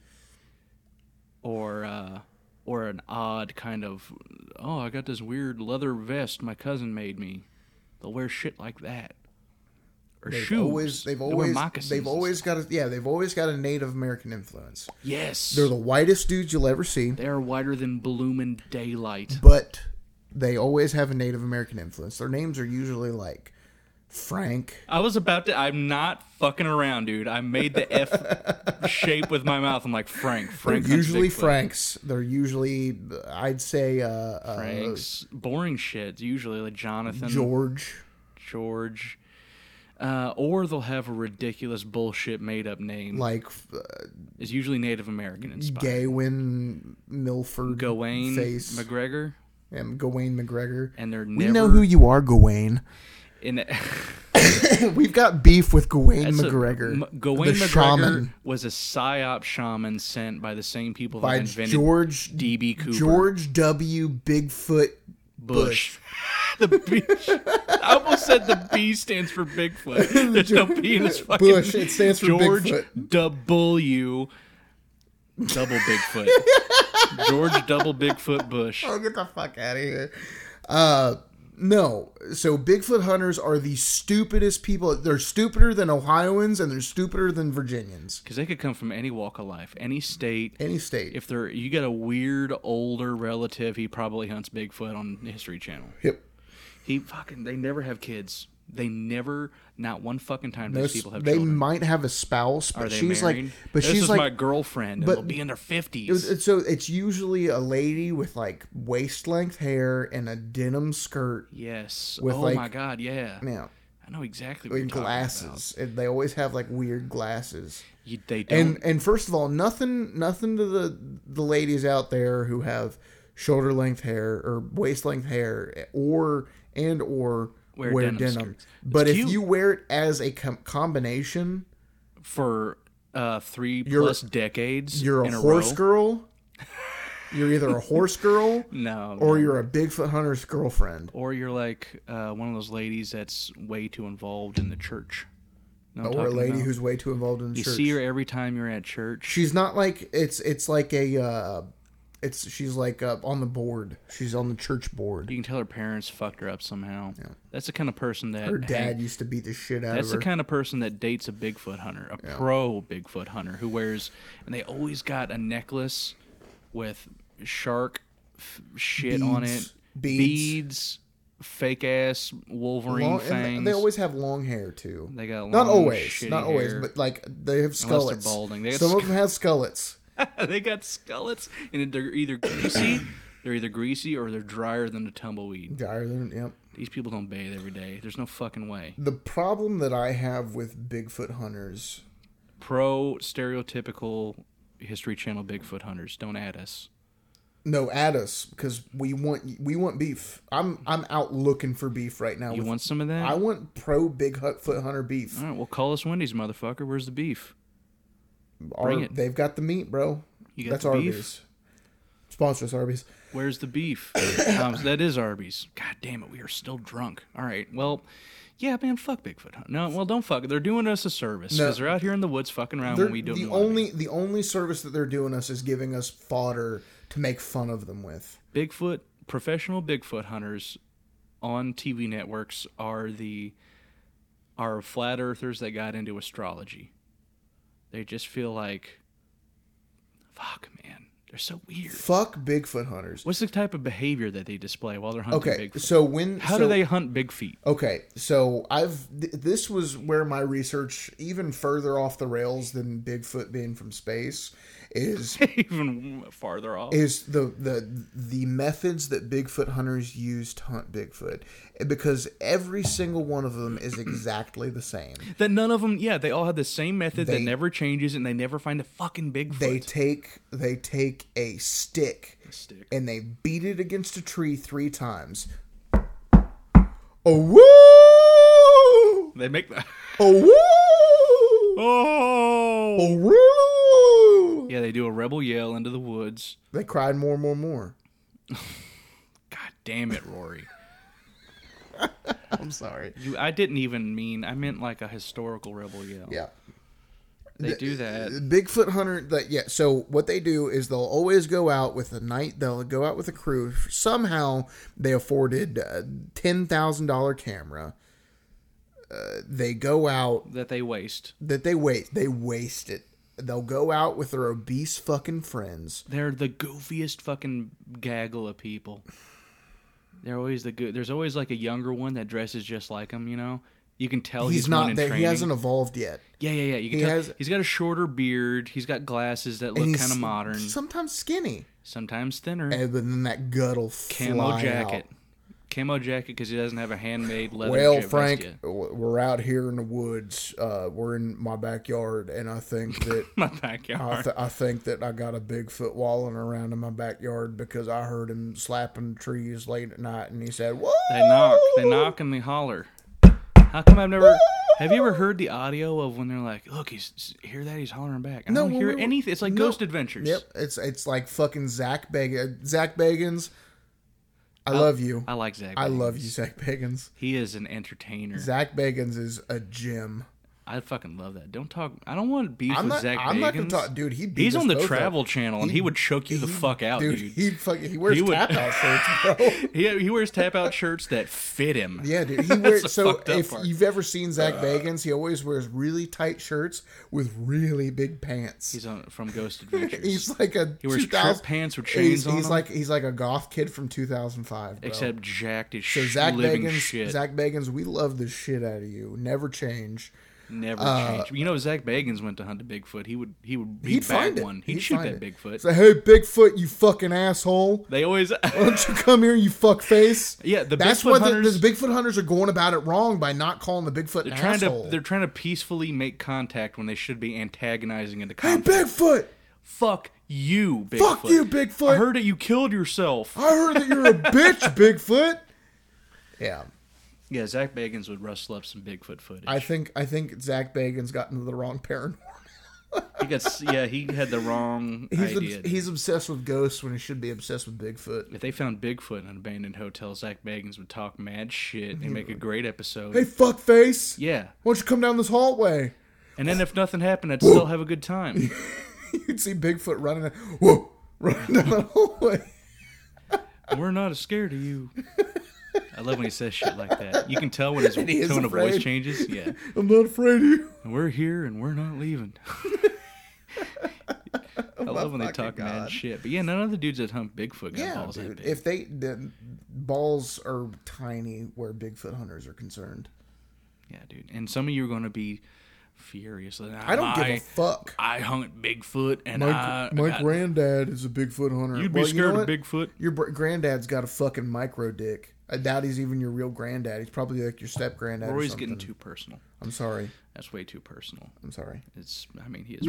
or uh or an odd kind of oh, I got this weird leather vest my cousin made me. They'll wear shit like that. Or
They've
shoes.
always, they've
They'll wear
always,
moccasins
they've
and
always
stuff.
got a yeah, they've always got a Native American influence.
Yes.
They're
They're
the whitest dudes you'll ever see,
whiter than bloomin' daylight.
but they always have a Native American influence. Their names are usually like Frank,
I was about to. I'm not fucking around, dude. I made the F shape with my mouth. I'm like Frank. Frank. hunts
usually
Bigfoot.
Franks. They're usually, I'd say, uh, uh,
Franks. Boring shit. Usually like Jonathan,
George.
George, uh, or they'll have a ridiculous bullshit made up name.
like uh,
it's usually Native American inspired.
Gawain Milford
Gawain
face
McGregor,
and Gawain McGregor.
and they're
we
never
know who you are, Gawain.
in.
(laughs)
(laughs)
We've got beef with Gawain
That's a-
McGregor,
M- Gawain
the
McGregor
shaman
was a psyop shaman sent by the same people that
by
invented
George
DB Cooper.
George W. Bigfoot
Bush. (laughs) the B. I almost said the B stands for
(laughs)
Bigfoot. There's no B in this fucking
Bush. It stands for
George
Bigfoot.
W. Double Bigfoot. George Double
(laughs)
Bigfoot Bush.
Oh, get the fuck out of here. Uh, no. So Bigfoot hunters are the stupidest people. They're stupider than Ohioans and they're stupider than Virginians.
Because they could come from any walk of life, any state.
Any state.
If they're you got a weird older relative, he probably hunts Bigfoot on History Channel.
yep.
He fucking they never have kids. They never, not one fucking time,
No,
these people have
they
children.
might have a spouse,
Are
but
they
she's
married?
like, but
this
she's
is
like,
my girlfriend,
but-
and they'll be in their fifties.
It was- it's- so it's usually a lady with like waist length hair and a denim skirt,
yes.
with,
oh
like-
my god. Yeah.
you know,
I know exactly what you're
and
talking
glasses. And they always have like weird glasses.
about. You, they don't.
And and first of all, nothing nothing to the the ladies out there who have shoulder length hair or waist length hair or and or
Wear
wear,
denim
denim.
skirts. It's
But
cute.
if you wear it as a com- combination,
for uh, 3
You're-
plus decades.
you're
in
a horse
row. (laughs)
girl. You're either a horse girl
No.
or
no.
you're a Bigfoot hunter's girlfriend.
or you're like uh, one of those ladies that's way too involved in the church. You know what I'm
or a
talking
lady
about?
who's way too involved in the
you
church.
see her every time you're at church.
She's not like it's it's like a uh it's she's like uh, on the board. She's on the church board.
You can tell her parents fucked her up somehow. That's the kind of person that
Her dad
hang-
used to beat the shit out
that's
of her.
the kind of person that dates a Bigfoot hunter, a pro Bigfoot hunter who wears, and they always got a necklace with shark f- shit on it,
Beads. Beads.
fake ass Wolverine
Long- and
fangs.
they always have long hair too.
They got
not
long,
always,
shitty
not always,
hair.
but like they have
they're
skullets.
balding. They got
Some
sc-
of them have skullets.
(laughs) they got skullets, and they're
(coughs)
either greasy, they're either greasy or they're drier than the tumbleweed.
Dire than- Yep.
These people don't bathe every day. There's no fucking way.
The problem that I have with Bigfoot hunters,
Pro stereotypical History Channel Bigfoot hunters. Don't add us.
no, at us because we want we want beef. I'm I'm out looking for beef right now.
You
with-
want some of that?
I want pro Big Hut Foot Hunter beef.
All right, well, call us Wendy's, motherfucker. Where's the beef?
Ar-
Bring it.
They've got the meat, bro.
You got
That's
the beef?
Arby's. Sponsor us, Arby's.
Where's the beef? (coughs) um, so that is Arby's. God damn it, we are still drunk. All right, well, yeah, man, fuck Bigfoot. Hunt. No, well, don't fuck. They're doing us a service
No.
because they're out here in the woods fucking around
They're,
when we don't.
the
wanna be.
only the only service that they're doing us is giving us fodder to make fun of them with.
Bigfoot professional Bigfoot hunters on TV networks are the are flat earthers that got into astrology. They just feel like fuck man, they're so weird.
Fuck Bigfoot hunters.
What's the type of behavior that they display while they're hunting
Okay,
Bigfoot?
so when
How
so-
do they hunt big feet? (laughs)
Okay, so I've th- this was where my research even further off the rails than Bigfoot being from space
(laughs)
is
Even farther off.
is the the the methods that Bigfoot hunters use to hunt Bigfoot because every single one of them is exactly the same.
that none of them, yeah, they all have the same method that
They-
never changes and they never find a fucking Bigfoot.
They take they take a stick
Stick.
and they beat it against a tree three times. A woo!
They make (laughs) that.
A woo!
Oh!
A woo!
Yeah, they do a rebel yell into the woods.
They cried more, more, more.
God damn
(laughs)
it, Rory.
I'm sorry.
You, I didn't even mean. I meant like a historical rebel yell.
Yeah.
they do
The
that.
Bigfoot hunter that yeah, so what they do is they'll always go out with a night they'll go out with a crew. Somehow they afforded a ten thousand dollar camera. Uh, they go out
That they waste.
that they waste they waste it. They'll go out with their obese fucking friends.
They're the goofiest fucking gaggle of people. They're always the good. There's always like a younger one that dresses just like them. You know, you can tell
He's,
he's, one
not
in
there. He
training.
hasn't evolved yet.
yeah, yeah, yeah. You can
he
tell
has-
he's got a shorter beard. He's got glasses that
And
look
he's
kind of modern.
Sometimes skinny.
Sometimes thinner.
And then that gut'll fly
Camo
out.
jacket. Camo jacket because he doesn't have a handmade leather.
Well,
jacket
Frank,
(laughs) yet.
w- we're out here in the woods. Uh, we're in my backyard, and I
(laughs)
think that
my backyard.
I, th- I think that I got a Bigfoot walling around in my backyard because I heard him slapping trees late at night, and he said, "Whoa!"
They knock. They knock and they holler. How come I've never? Have you ever heard the audio of when they're like, "Look, he's hear that? He's hollering back." I
No,
don't
when
hear
we were-
anything. It's like
no.
Ghost Adventures.
Yep, it's it's like fucking Zach Bagans. Zach Bagans, I love you.
I like Zach.
I
Bagans.
love you, Zach Bagans.
He is an entertainer.
Zach Bagans is a gem.
I fucking love that. Don't talk. I don't want beef
I'm
with
not.
Zach
I'm not gonna
Bagans.
talk, dude. He beat
He's
us
on the
both up.
Travel Channel, and he would choke you the fuck out, dude.
He fucking he wears
He would-
tap out shirts, bro. (laughs)
(laughs) He, he wears tap out shirts that fit him.
Yeah, dude. He
the
wears so
fucked up
if
part. Uh.
you've ever seen Zach Bagans, he always wears really tight shirts with really big pants.
He's on
(laughs)
from Ghost Adventures.
He's like a
he wears
2000
trip pants with chains
He's,
on.
he's
him,
like he's like a goth kid from 2005, bro.
except jacked as
so
shit.
Zach
living
Bagans,
shit.
Zach Bagans, we love the shit out of you. Never change.
Never change. You know, Zach Bagans went to hunt a Bigfoot. He would. He would.
uh,
He'd,
He'd
bag
find it.
one. He'd, shoot
find
that
it.
Bigfoot.
Say, hey, Bigfoot, you fucking asshole. (laughs)
they always.
Why don't you come here, you fuckface?
(laughs) Yeah, the
That's
Bigfoot
what the,
hunters-
the Bigfoot hunters are going about it wrong by not calling the Bigfoot an
They're trying
asshole.
to they're trying to peacefully make contact when they should be antagonizing into
hey,
contact.
Bigfoot,
Fuck you, Bigfoot.
Fuck you, Bigfoot. Oh.
I heard that you killed yourself.
I heard that
(laughs)
you're a bitch, Bigfoot. Yeah,
Yeah, Zach Bagans would rustle up some Bigfoot footage.
I think I think Zach Bagans got into the wrong paranormal.
he got, yeah, he had the wrong
(laughs) He's,
idea.
obs- he's obsessed with ghosts when he should be obsessed with Bigfoot.
if they found Bigfoot in an abandoned hotel, Zach Bagans would talk mad shit and make a great episode.
Mm-hmm. Hey, fuckface.
Yeah,
Why don't you come down this hallway?
and then if nothing happened, I'd still have a
(laughs)
good time.
You'd see Bigfoot running, whoa, running down the hallway.
We're not as scared
(laughs)
of you. I love when he says shit like that. You can tell
(laughs)
when his
he is
tone of voice
afraid. (laughs)
changes. Yeah.
I'm not afraid of you.
And we're here and we're
(laughs)
not leaving. I love when they talk mad shit. But yeah, none of the dudes that hunt Bigfoot got
Yeah,
balls that
dude.
big.
If they the balls are tiny where Bigfoot hunters are concerned,
yeah, dude. And some of you are going to be furious. Like,
I don't
I,
give a fuck.
I hunt Bigfoot and I.
My, my
I-
granddad is a Bigfoot hunter.
uh, you'd be
Well, you know
scared
what?
of Bigfoot.
Your br- granddad's got a fucking micro dick. I doubt he's even your real granddad. He's probably like your step granddad. or
Rory's
something.
getting too personal.
I'm sorry.
That's way too personal.
I'm sorry.
It's, I mean, he is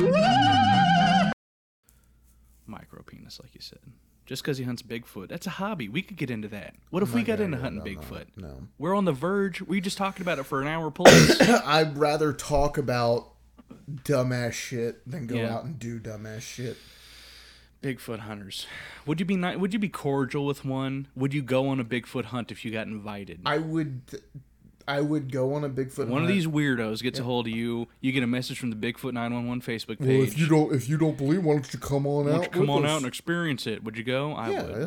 micro penis, like you said. Just because he hunts Bigfoot, that's a hobby. We could get into that. What if we got into hunting Bigfoot?
(coughs) No.
We're on the verge. We just talked about it for an hour plus.
(coughs) I'd rather talk about dumbass shit than go
Yeah.
out and do dumbass shit.
Bigfoot hunters. Would you be ni- Would you be cordial with one? Would you go on a Bigfoot hunt if you got invited?
I would, I would go on a Bigfoot.
one
hunt.
of these weirdos gets a hold of you. You get a message from the Bigfoot 911 Facebook page.
Well, if you don't, if you don't believe, why don't you come on
Why
out?
don't you come
with
on
us?
out and experience it? Would you go? I
yeah,
would. A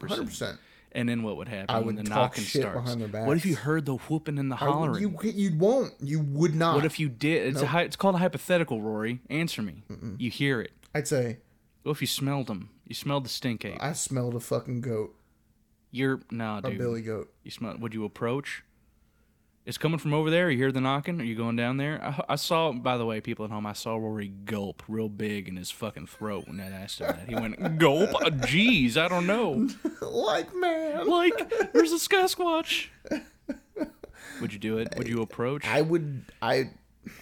100
percent.
percent.
And then what would happen?
I
when
would
the
talk
knocking
shit
starts.
behind their
What if you
backs.
heard the whooping and the hollering?
You you won't. You would not.
what if you did? It's a hy- it's called a hypothetical, Rory. Answer me. You hear it.
I'd say
What if you smelled them? You smelled the stink ape.
I smelled a fucking goat,
You're nah,
a
dude.
billy goat.
You smell? Would you approach? It's coming from over there. You hear the knocking. Are you going down there? I, I saw. By the way, people at home, I saw Rory gulp real big in his fucking throat when I asked him that. He went gulp. Uh, Jeez, I don't know.
like man,
Like, there's a Sasquatch. Would you do it? Would you approach?
I would. I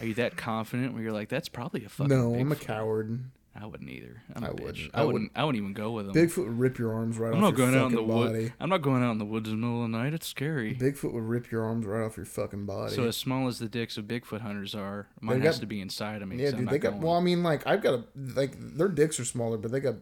Are you that confident where you're like, that's probably a fucking.
no.
Bigfoot.
I'm a coward.
I wouldn't either. I'm a
I
bitch.
wouldn't.
I
I
wouldn't. I wouldn't even go with him.
Bigfoot would rip your arms right
I'm
off
not
your
going out in the
fucking body.
woods. I'm not going out in the woods in the middle of the night. It's scary.
Bigfoot would rip your arms right off your fucking body.
So as small as the dicks of Bigfoot hunters are, mine
They
has
got-
to be inside of me.
yeah,
'cause I'm
dude.
not
They got.
going.
Well, I mean, like I've got a like their dicks are smaller, but they got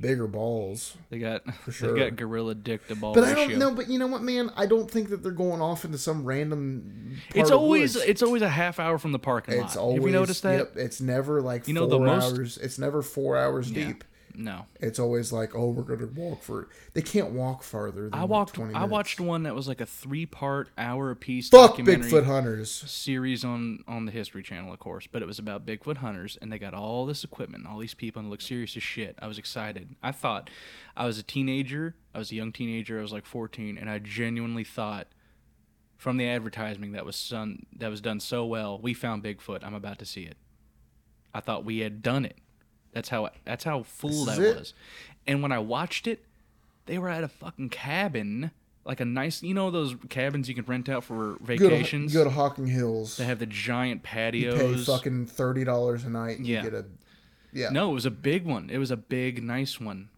bigger balls.
they got
sure.
they got gorilla dick to ball
But I
ratio.
don't know. But you know what, man? I don't think that they're going off into some random. Part
It's
of
always
woods.
it's always a half hour from the parking lot.
It's always.
Have you noticed that?
Yep, it's never like
You know, the
four
most-
hours. It's never four hours
Yeah.
deep.
No,
It's always like, oh, we're gonna walk for. They can't walk farther. Than
I walked.
Twenty
I
minutes.
watched one that was like a three part hour apiece
Fuck
documentary
Bigfoot hunters.
series on on the History Channel, of course. But it was about Bigfoot hunters, and they got all this equipment, and all these people, and it looked serious as shit. I was excited. I thought I was a teenager. I was a young teenager. I was like 14, and I genuinely thought from the advertising that was done that was done so well, we found Bigfoot. I'm about to see it. I thought we had done it. That's how that's how fooled I
This is it.
was. And when I watched it, they were at a fucking cabin, like a nice, you know, those cabins you can rent out for
Good.
vacations.
Go to Hawking Hills.
They have the giant
Pay
patios.
fucking thirty dollars a night. And
Yeah.
You get a. Yeah.
no, it was a big one. It was a big, nice one.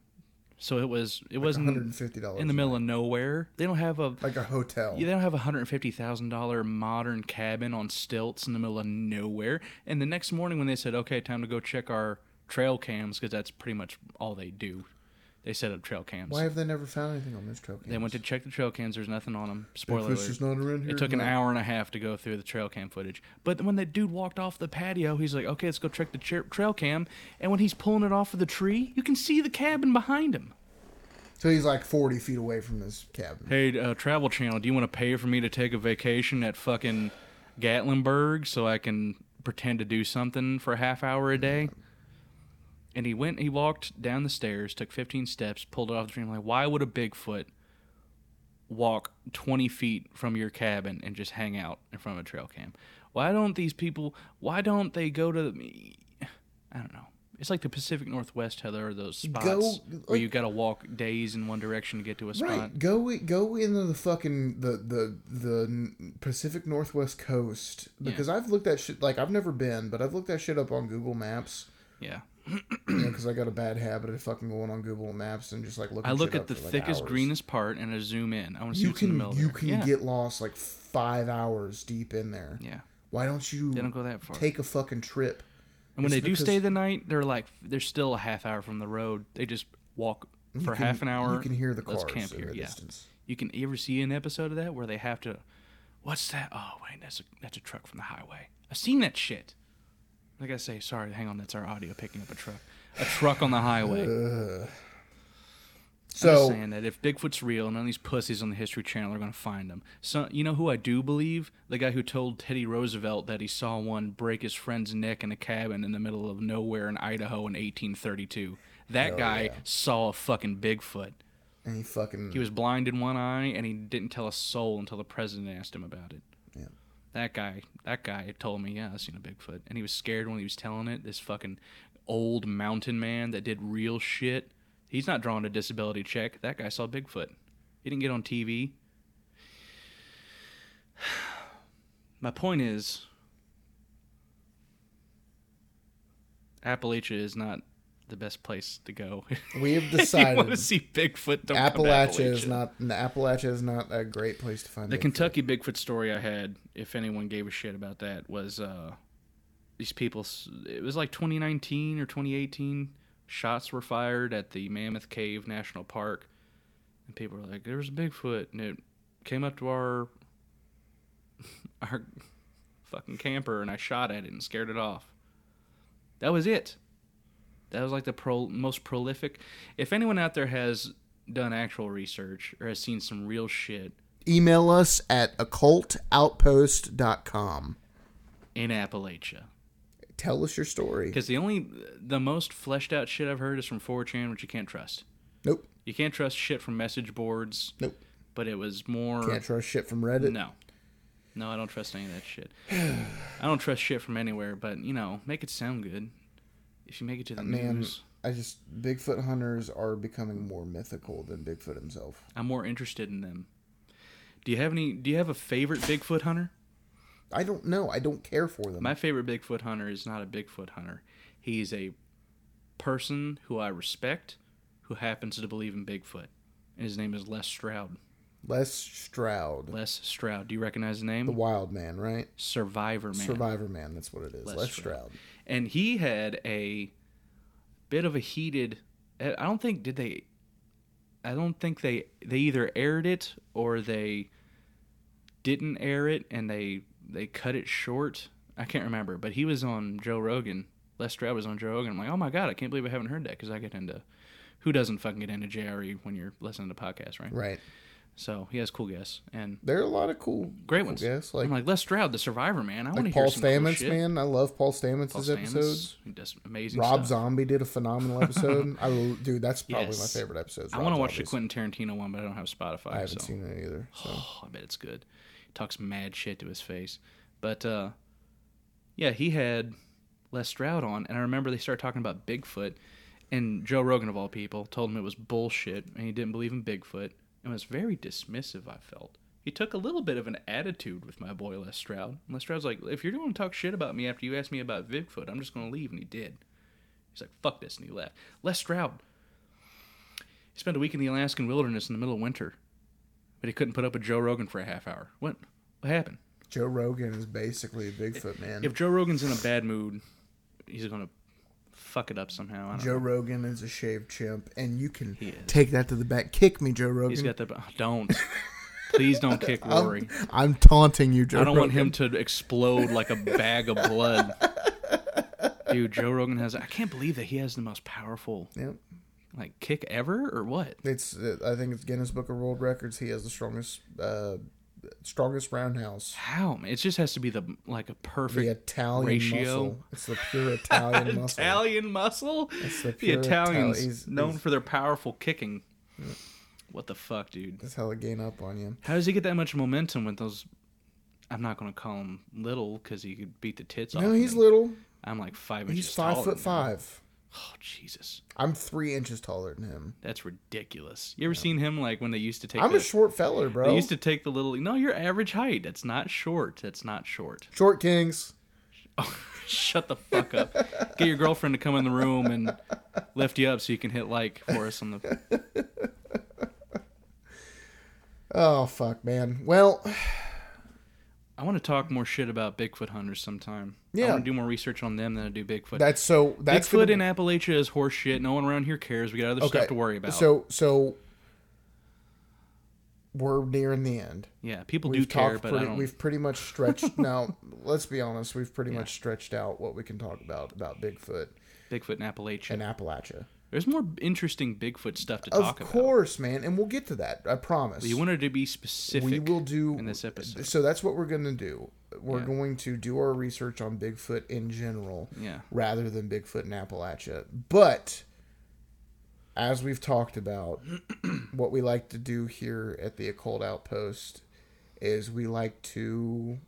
So it was. It
Hundred
wasn't
and fifty dollars
Mm-hmm. in the middle of nowhere. They don't have a.
Like a hotel.
They don't have a hundred fifty thousand dollar modern cabin on stilts in the middle of nowhere. And the next morning, when they said, "Okay, time to go check our trail cams," because that's pretty much all they do. They set up trail cams.
Why have they never found anything on this trail cam?
They went to check the trail cams. There's nothing on them. Spoiler
Chris
alert.
is not around here.
It took an
No.
hour and a half to go through the trail cam footage. But when that dude walked off the patio, he's like, okay, let's go check the tra- trail cam. And when he's pulling it off of the tree, you can see the cabin behind him.
So he's like 40 feet away from this cabin.
Hey, uh, Travel Channel, do you want to pay for me to take a vacation at fucking Gatlinburg so I can pretend to do something for a half hour a day? And he went, he walked down the stairs, took 15 steps, pulled it off the tree. I'm like, why would a Bigfoot walk 20 feet from your cabin and just hang out in front of a trail cam? Why don't these people, why don't they go to, the- I don't know. It's like the Pacific Northwest, how there are those spots where
like-
you got to walk days in one direction to get to a spot.
Right. Go go into the fucking the the the Pacific Northwest coast because I've looked that shit like I've never been, but I've looked that shit up on Google Maps (clears throat)
Yeah.
because I got a bad habit of fucking going on Google Maps and just like looking.
I look
shit
at
up
the
for, like,
thickest,
hours.
greenest part and I zoom in. I want to see
You
what's in the
can
middle.
you
there.
can
yeah.
get lost like five hours deep in there.
yeah.
Why don't you
They don't go that far.
take a fucking trip?
and when
it's
they do
because-
stay the night, they're like they're still a half hour from the road. They just walk for
can-
half an hour.
You can hear the
Let's
cars
camp
in
here.
the
yeah.
distance.
You can you ever see an episode of that where they have to what's that? Oh wait, that's a that's a truck from the highway. I've seen that shit. Like I say, sorry, hang on, that's our audio picking up a truck. A truck on the highway. I'm just
So
saying that if Bigfoot's real, none of these pussies on the History Channel are going to find him. So, you know who I do believe? The guy who told Teddy Roosevelt that he saw one break his friend's neck in a cabin in the middle of nowhere in Idaho in 1832. That guy saw a fucking Bigfoot.
and he fucking
He was blind in one eye, and he didn't tell a soul until the president asked him about it.
Yeah.
That guy, that guy told me, yeah, I've seen a Bigfoot, and he was scared when he was telling it. This fucking old mountain man that did real shit. He's not drawing a disability check. That guy saw Bigfoot. He didn't get on TV. (sighs) My point is, Appalachia is not the best place to go. (laughs)
we have
you want to
decided
see Bigfoot? Don't come to
Appalachia is
Appalachia.
not the Appalachia is not a great place to find
The
Bigfoot.
Kentucky Bigfoot story I had, if anyone gave a shit about that, was uh, these people. s- It was like 2019 or 2018. Shots were fired at the Mammoth Cave National Park, and people were like, "There was a Bigfoot," and it came up to our (laughs) our fucking camper, and I shot at it and scared it off. That was it. That was like the pro- most prolific. If anyone out there has done actual research or has seen some real shit
Email us at occultoutpost.com.
in Appalachia.
Tell us your story.
Because the only, the most fleshed out shit I've heard is from 4chan, which you can't trust.
Nope,
You can't trust shit from message boards,
nope.
but it was more.
Can't trust shit from Reddit.
No. No, I don't trust any of that shit. (sighs) I don't trust shit from anywhere, but, you know, make it sound good. If you make it to the
Man,
news,
I just Bigfoot hunters are becoming more mythical than Bigfoot himself.
I'm more interested in them. Do you have any, do you have a favorite Bigfoot hunter?
I don't know. I don't care for them.
My favorite Bigfoot hunter is not a Bigfoot hunter. He's a person who I respect who happens to believe in Bigfoot. And his name is Les Stroud.
Les Stroud,
Les Stroud. Do you recognize the name?
the Wild Man, right?
Survivor Man.
Survivor Man. That's what it is.
Les
Les,
Stroud.
Stroud.
and he had a bit of a heated I don't think did they I don't think they they either aired it or they didn't air it and they they cut it short. I can't remember, but he was on Joe Rogan. Les Stroud was on Joe Rogan. I'm like, oh my god, I can't believe I haven't heard that because I get into who doesn't fucking get into JRE when you're listening to podcasts, right?
Right.
So he has cool guests and
There are a lot of cool,
great
cool
ones.
guests. Like,
I'm like Les Stroud, the Survivor man. I want to
like
hear
Paul
some cool
Stamets,
shit.
man. I love Paul Stamets'
Paul Stamets,
episodes.
He does amazing
Rob
stuff.
Zombie did a
(laughs)
phenomenal episode. I will- dude, that's probably
Yes.
my favorite episode.
I want to watch the Quentin Tarantino one, but I don't have Spotify.
I haven't
so.
seen it either. So.
Oh, (sighs) I bet it's good. He talks mad shit to his face. But uh, yeah, he had Les Stroud on, and I remember they started talking about Bigfoot, and Joe Rogan, of all people, told him it was bullshit, and he didn't believe in Bigfoot, and was very dismissive, I felt. He took a little bit of an attitude with my boy Les Stroud. And Les Stroud's like, if you're going to talk shit about me after you asked me about Bigfoot, I'm just going to leave, and he did. He's like, fuck this, and he left. Les Stroud. He spent a week in the Alaskan wilderness in the middle of winter but he couldn't put up with Joe Rogan for a half hour. What what happened?
Joe Rogan is basically a Bigfoot man.
If Joe Rogan's in a bad mood, he's gonna fuck it up somehow. I don't
Joe
know.
Rogan is a shaved chimp, and you can
He is.
take that to the back. Kick me, Joe Rogan.
He's got the (laughs) don't. Please don't
(laughs)
kick Rory.
I'm taunting you, Joe.
I don't want
Rogan.
him to explode like a bag of blood. Dude, Joe Rogan has. I can't believe that he has the most powerful
Yep.
like kick ever, or what?
It's uh, I think it's Guinness Book of World Records. He has the strongest uh, strongest roundhouse.
How? man? It just has to be the like a
The
perfect
Italian
ratio.
muscle. It's the pure
(laughs)
Italian muscle.
Italian muscle.
the
the,
pure
Italians
Itali- he's-
known
he's-
for their powerful kicking. What the fuck, dude?
That's how they gain up on you.
How does he get that much momentum with those? I'm not gonna call him little because he could beat the tits off.
No,
of
he's
me.
little.
I'm like five inches.
He's five
Oh, taller
foot
than him.
five.
Oh Jesus,
I'm three inches taller than him.
that's ridiculous. You ever seen him like when they used to take?
I'm
the,
a short feller, bro.
They used to take the little. No, your average height. That's not short. That's not short. (laughs)
Short kings.
Oh, shut the fuck up. Get your girlfriend to come in the room and lift you up so you can hit like for us on the.
Oh fuck, man. Well,
I want to talk more shit about Bigfoot hunters sometime.
Yeah.
I want to do more research on them than I do Bigfoot.
that's so. That's
Bigfoot
gonna-
in Appalachia is horse shit. No one around here cares. We got other stuff to worry about.
So so we're nearing the end.
yeah, people do
We've
care,
talked
but I
pretty,
don't.
we've pretty much
(laughs)
stretched now, let's be honest, we've pretty much stretched out what we can talk about about Bigfoot
Bigfoot in Appalachia.
and Appalachia.
There's more interesting Bigfoot stuff to
Of
talk about.
course, man, and we'll get to that. I promise.
You wanted to be specific.
we will do
in this episode.
So that's what we're going to do. We're
Yeah.
going to do our research on Bigfoot in general,
Yeah.
rather than Bigfoot in Appalachia. But as we've talked about, (clears throat) what we like to do here at the Occult Outpost is we like to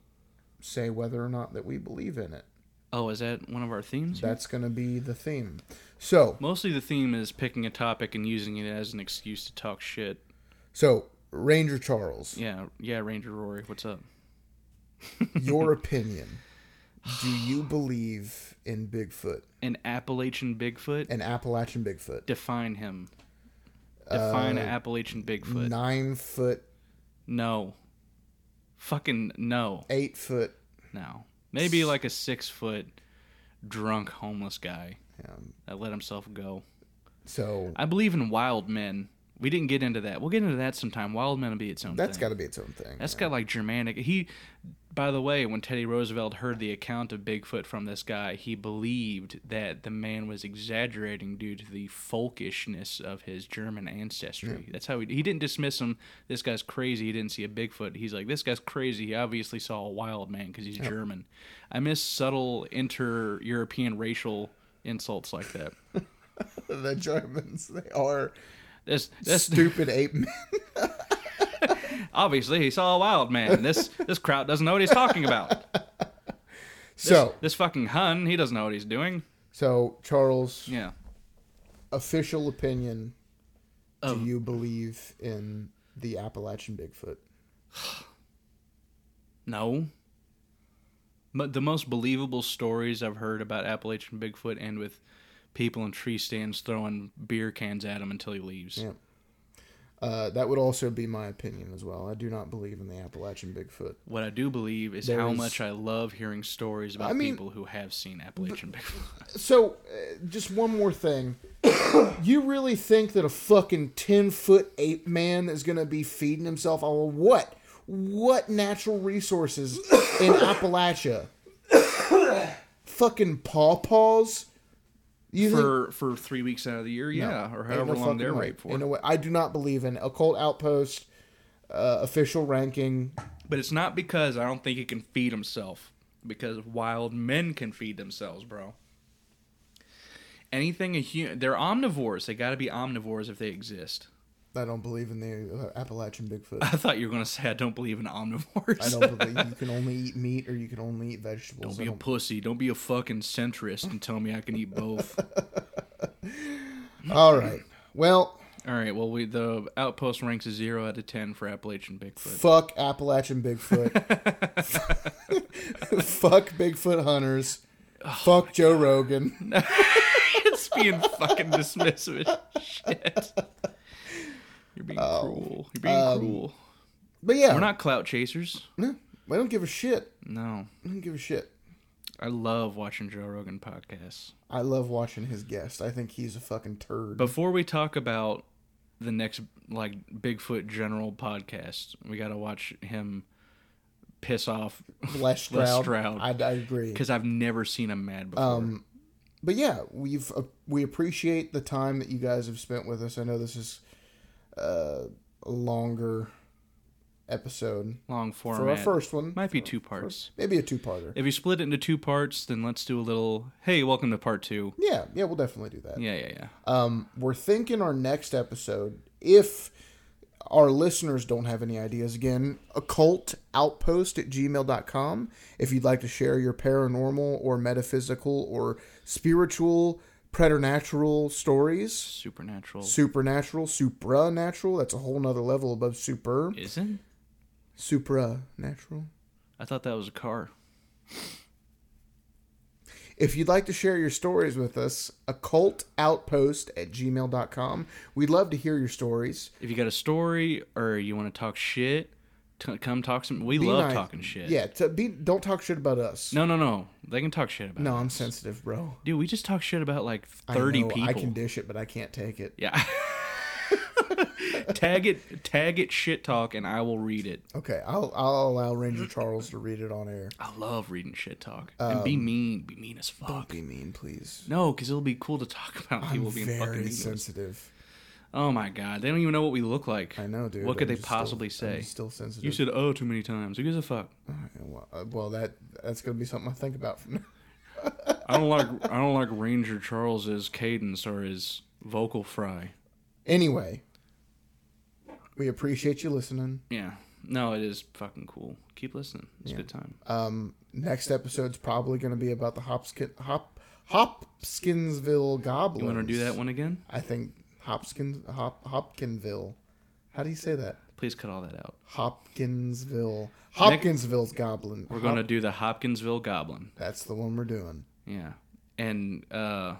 say whether or not that we believe in it.
Oh, is that one of our themes? here?
That's going to be the theme. So,
Mostly the theme is picking a topic and using it as an excuse to talk shit.
so Ranger
(laughs)
Charles,
Yeah, yeah, Ranger Rory, what's up?
your opinion. Do you believe in Bigfoot?
An Appalachian Bigfoot?
an Appalachian Bigfoot,
Define him.
Uh,
Define an Appalachian Bigfoot.
nine foot,
no. Fucking no.
eight foot.
No. Maybe like a six foot drunk homeless guy
Um,
that let himself go.
so
I believe in wild men. We didn't get into that. We'll get into that sometime. Wild men will be its own
that's
thing.
got to be its own thing.
That's got like Germanic. He, by the way, when Teddy Roosevelt heard the account of Bigfoot from this guy, he believed that the man was exaggerating due to the folkishness of his German ancestry. That's how he he didn't dismiss him. This guy's crazy. He didn't see a Bigfoot. He's like, this guy's crazy. He obviously saw a wild man because he's German. I miss subtle inter-European racial insults like that.
the Germans, (laughs) they are
That's that's
stupid ape
(laughs)
men.
obviously he saw a wild man. This this crowd doesn't know what he's talking about.
so,
This fucking Hun, he doesn't know what he's doing.
so Charles,
Yeah.
official opinion: Do
Of-
you believe in the Appalachian Bigfoot?
No. But the most believable stories I've heard about Appalachian Bigfoot end with people in tree stands throwing beer cans at him until he leaves.
Yeah. Uh, that would also be my opinion as well. I do not believe in the Appalachian Bigfoot.
What I do believe is how
There's-
much I love hearing stories about
I mean-
people who have seen Appalachian Bigfoot.
So, uh, just one more thing. (coughs) you really think that a fucking 10 foot ape man is going to be feeding himself on what? What natural resources (coughs) in Appalachia? (coughs) fucking pawpaws? You
for for three weeks out of the year, yeah, or
Ain't
however
no
long they're
fucking way.
right for.
Ain't no way. I do not believe in occult outpost uh, official ranking.
But it's not because I don't think he can feed himself. Because wild men can feed themselves, bro. Anything a human, they're omnivores. They got to be omnivores if they exist.
I don't believe in the uh, Appalachian Bigfoot.
I thought you were gonna say I don't believe in omnivores. (laughs)
I don't believe you can only eat meat or you can only eat vegetables.
Don't be
I
a
don't
pussy. Don't be a fucking centrist and tell me I can
(laughs)
eat both.
All right. Well,
All right. Well, we the outpost ranks a zero out of ten for
(laughs)
Appalachian Bigfoot.
fuck Appalachian
(laughs)
Bigfoot. fuck Bigfoot hunters.
Oh,
fuck Joe Rogan.
it's being fucking dismissive as shit. You're being
Oh.
cruel. You're being
Um,
cruel.
But yeah,
We're not clout chasers.
I don't give a shit.
No.
I don't give a shit.
I love watching Joe Rogan podcasts.
I love watching his guest. I think he's a fucking turd.
Before we talk about the next like Bigfoot general podcast, we got to watch him piss off
Les Stroud.
Stroud.
I, I agree.
because I've never seen him mad before.
Um, but yeah, we've uh, we appreciate the time that you guys have spent with us. I know this is uh, a longer episode
Long format.
for our first one,
Might be two parts.
maybe a two-parter.
Oh, If you split it into two parts, then let's do a little. Hey, welcome to part two.
Yeah, yeah, we'll definitely do that.
Yeah, yeah, yeah.
Um, we're thinking our next episode, if our listeners don't have any ideas, again, occultoutpost at gmail.com. If you'd like to share your paranormal or metaphysical or spiritual preternatural stories,
Supernatural
supernatural, supranatural, that's a whole nother level above super,
isn't.
supranatural.
I thought that was a car.
If you'd like to share your stories with us, occultoutpost at gmail.com. We'd love to hear your stories.
If you got a story or you want to talk shit, t- come talk some. We love
nice.
talking shit.
Yeah, to be don't talk shit about us.
No, no, no. They can talk shit about.
No,
it.
I'm sensitive, bro.
dude. We just talk shit about like
I
thirty
know,
people.
I can dish it, but I can't take it.
yeah. (laughs) tag it, tag it, shit talk, and I will read it.
Okay, I'll I'll allow Ranger Charles to read it on air.
I love reading shit talk and
Um,
be mean, be mean as fuck.
Be mean, please.
No, because it'll be cool to talk (laughs) about people
I'm
being fucking
very
mean.
sensitive.
Oh my god, they don't even know what we look like.
I know, dude.
What could
I'm
they
just still-
possibly say?
I'm still sensitive.
you said "oh" too many times. Who gives a fuck?
Well, uh, well, that that's gonna be something I think about from now. (laughs)
I don't like I don't like Ranger Charles's cadence or his vocal fry.
Anyway, we appreciate you listening.
Yeah. No, it is fucking cool. Keep listening. It's a good time.
Um, next episode's probably gonna be about the Hopkins Hop Hopkinsville goblins.
You want to do that one again?
I think Hopkins Hop Hopkinville. How do you say that?
Please cut all that out.
Hopkinsville. Hopkinsville's goblin.
We're going to do the Hopkinsville Goblin.
That's the one we're doing.
Yeah. And uh,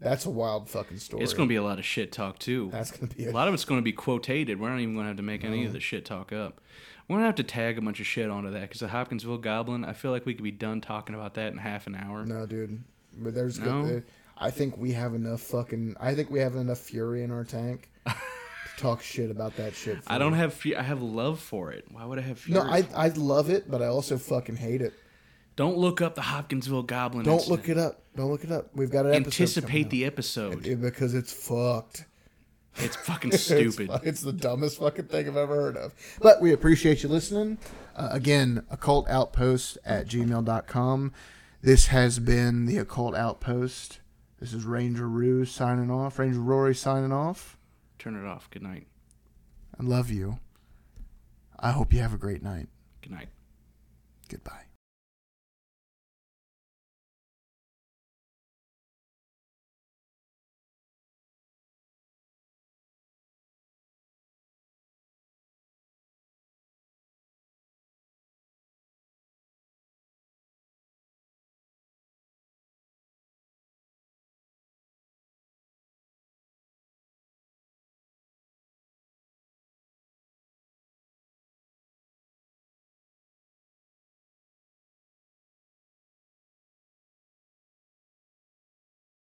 That's a wild fucking story.
it's going to be a lot of shit talk, too.
That's gonna be
A
a,
lot of it's going to be quotated. We're not even going to have to make any of the shit talk up. We're going to have to tag a bunch of shit onto that because the Hopkinsville Goblin, I feel like we could be done talking about that in half an hour.
(laughs) no, dude. But there's
No?
good. I think we have enough fucking. I think we have enough fury in our
(laughs)
tank to talk shit about that shit. for-
I don't have fe- I have love for it. Why would I have fear?
No, I I love it, but I also fucking hate it.
Don't look up the Hopkinsville Goblin.
Don't
incident.
look it up. Don't look it up. We've got an episode
Anticipate
coming
the episode.
out. Yeah, because it's fucked.
It's fucking
(laughs) It's
stupid.
fu- It's, the dumbest fucking thing I've ever heard of. But we appreciate you listening. Uh, again, occultoutpost at gmail.com. This has been the Occult Outpost. This is Ranger Roo signing off. Ranger Rory signing off.
Turn it off. Good night.
I love you. I hope you have a great night.
Good night.
Goodbye.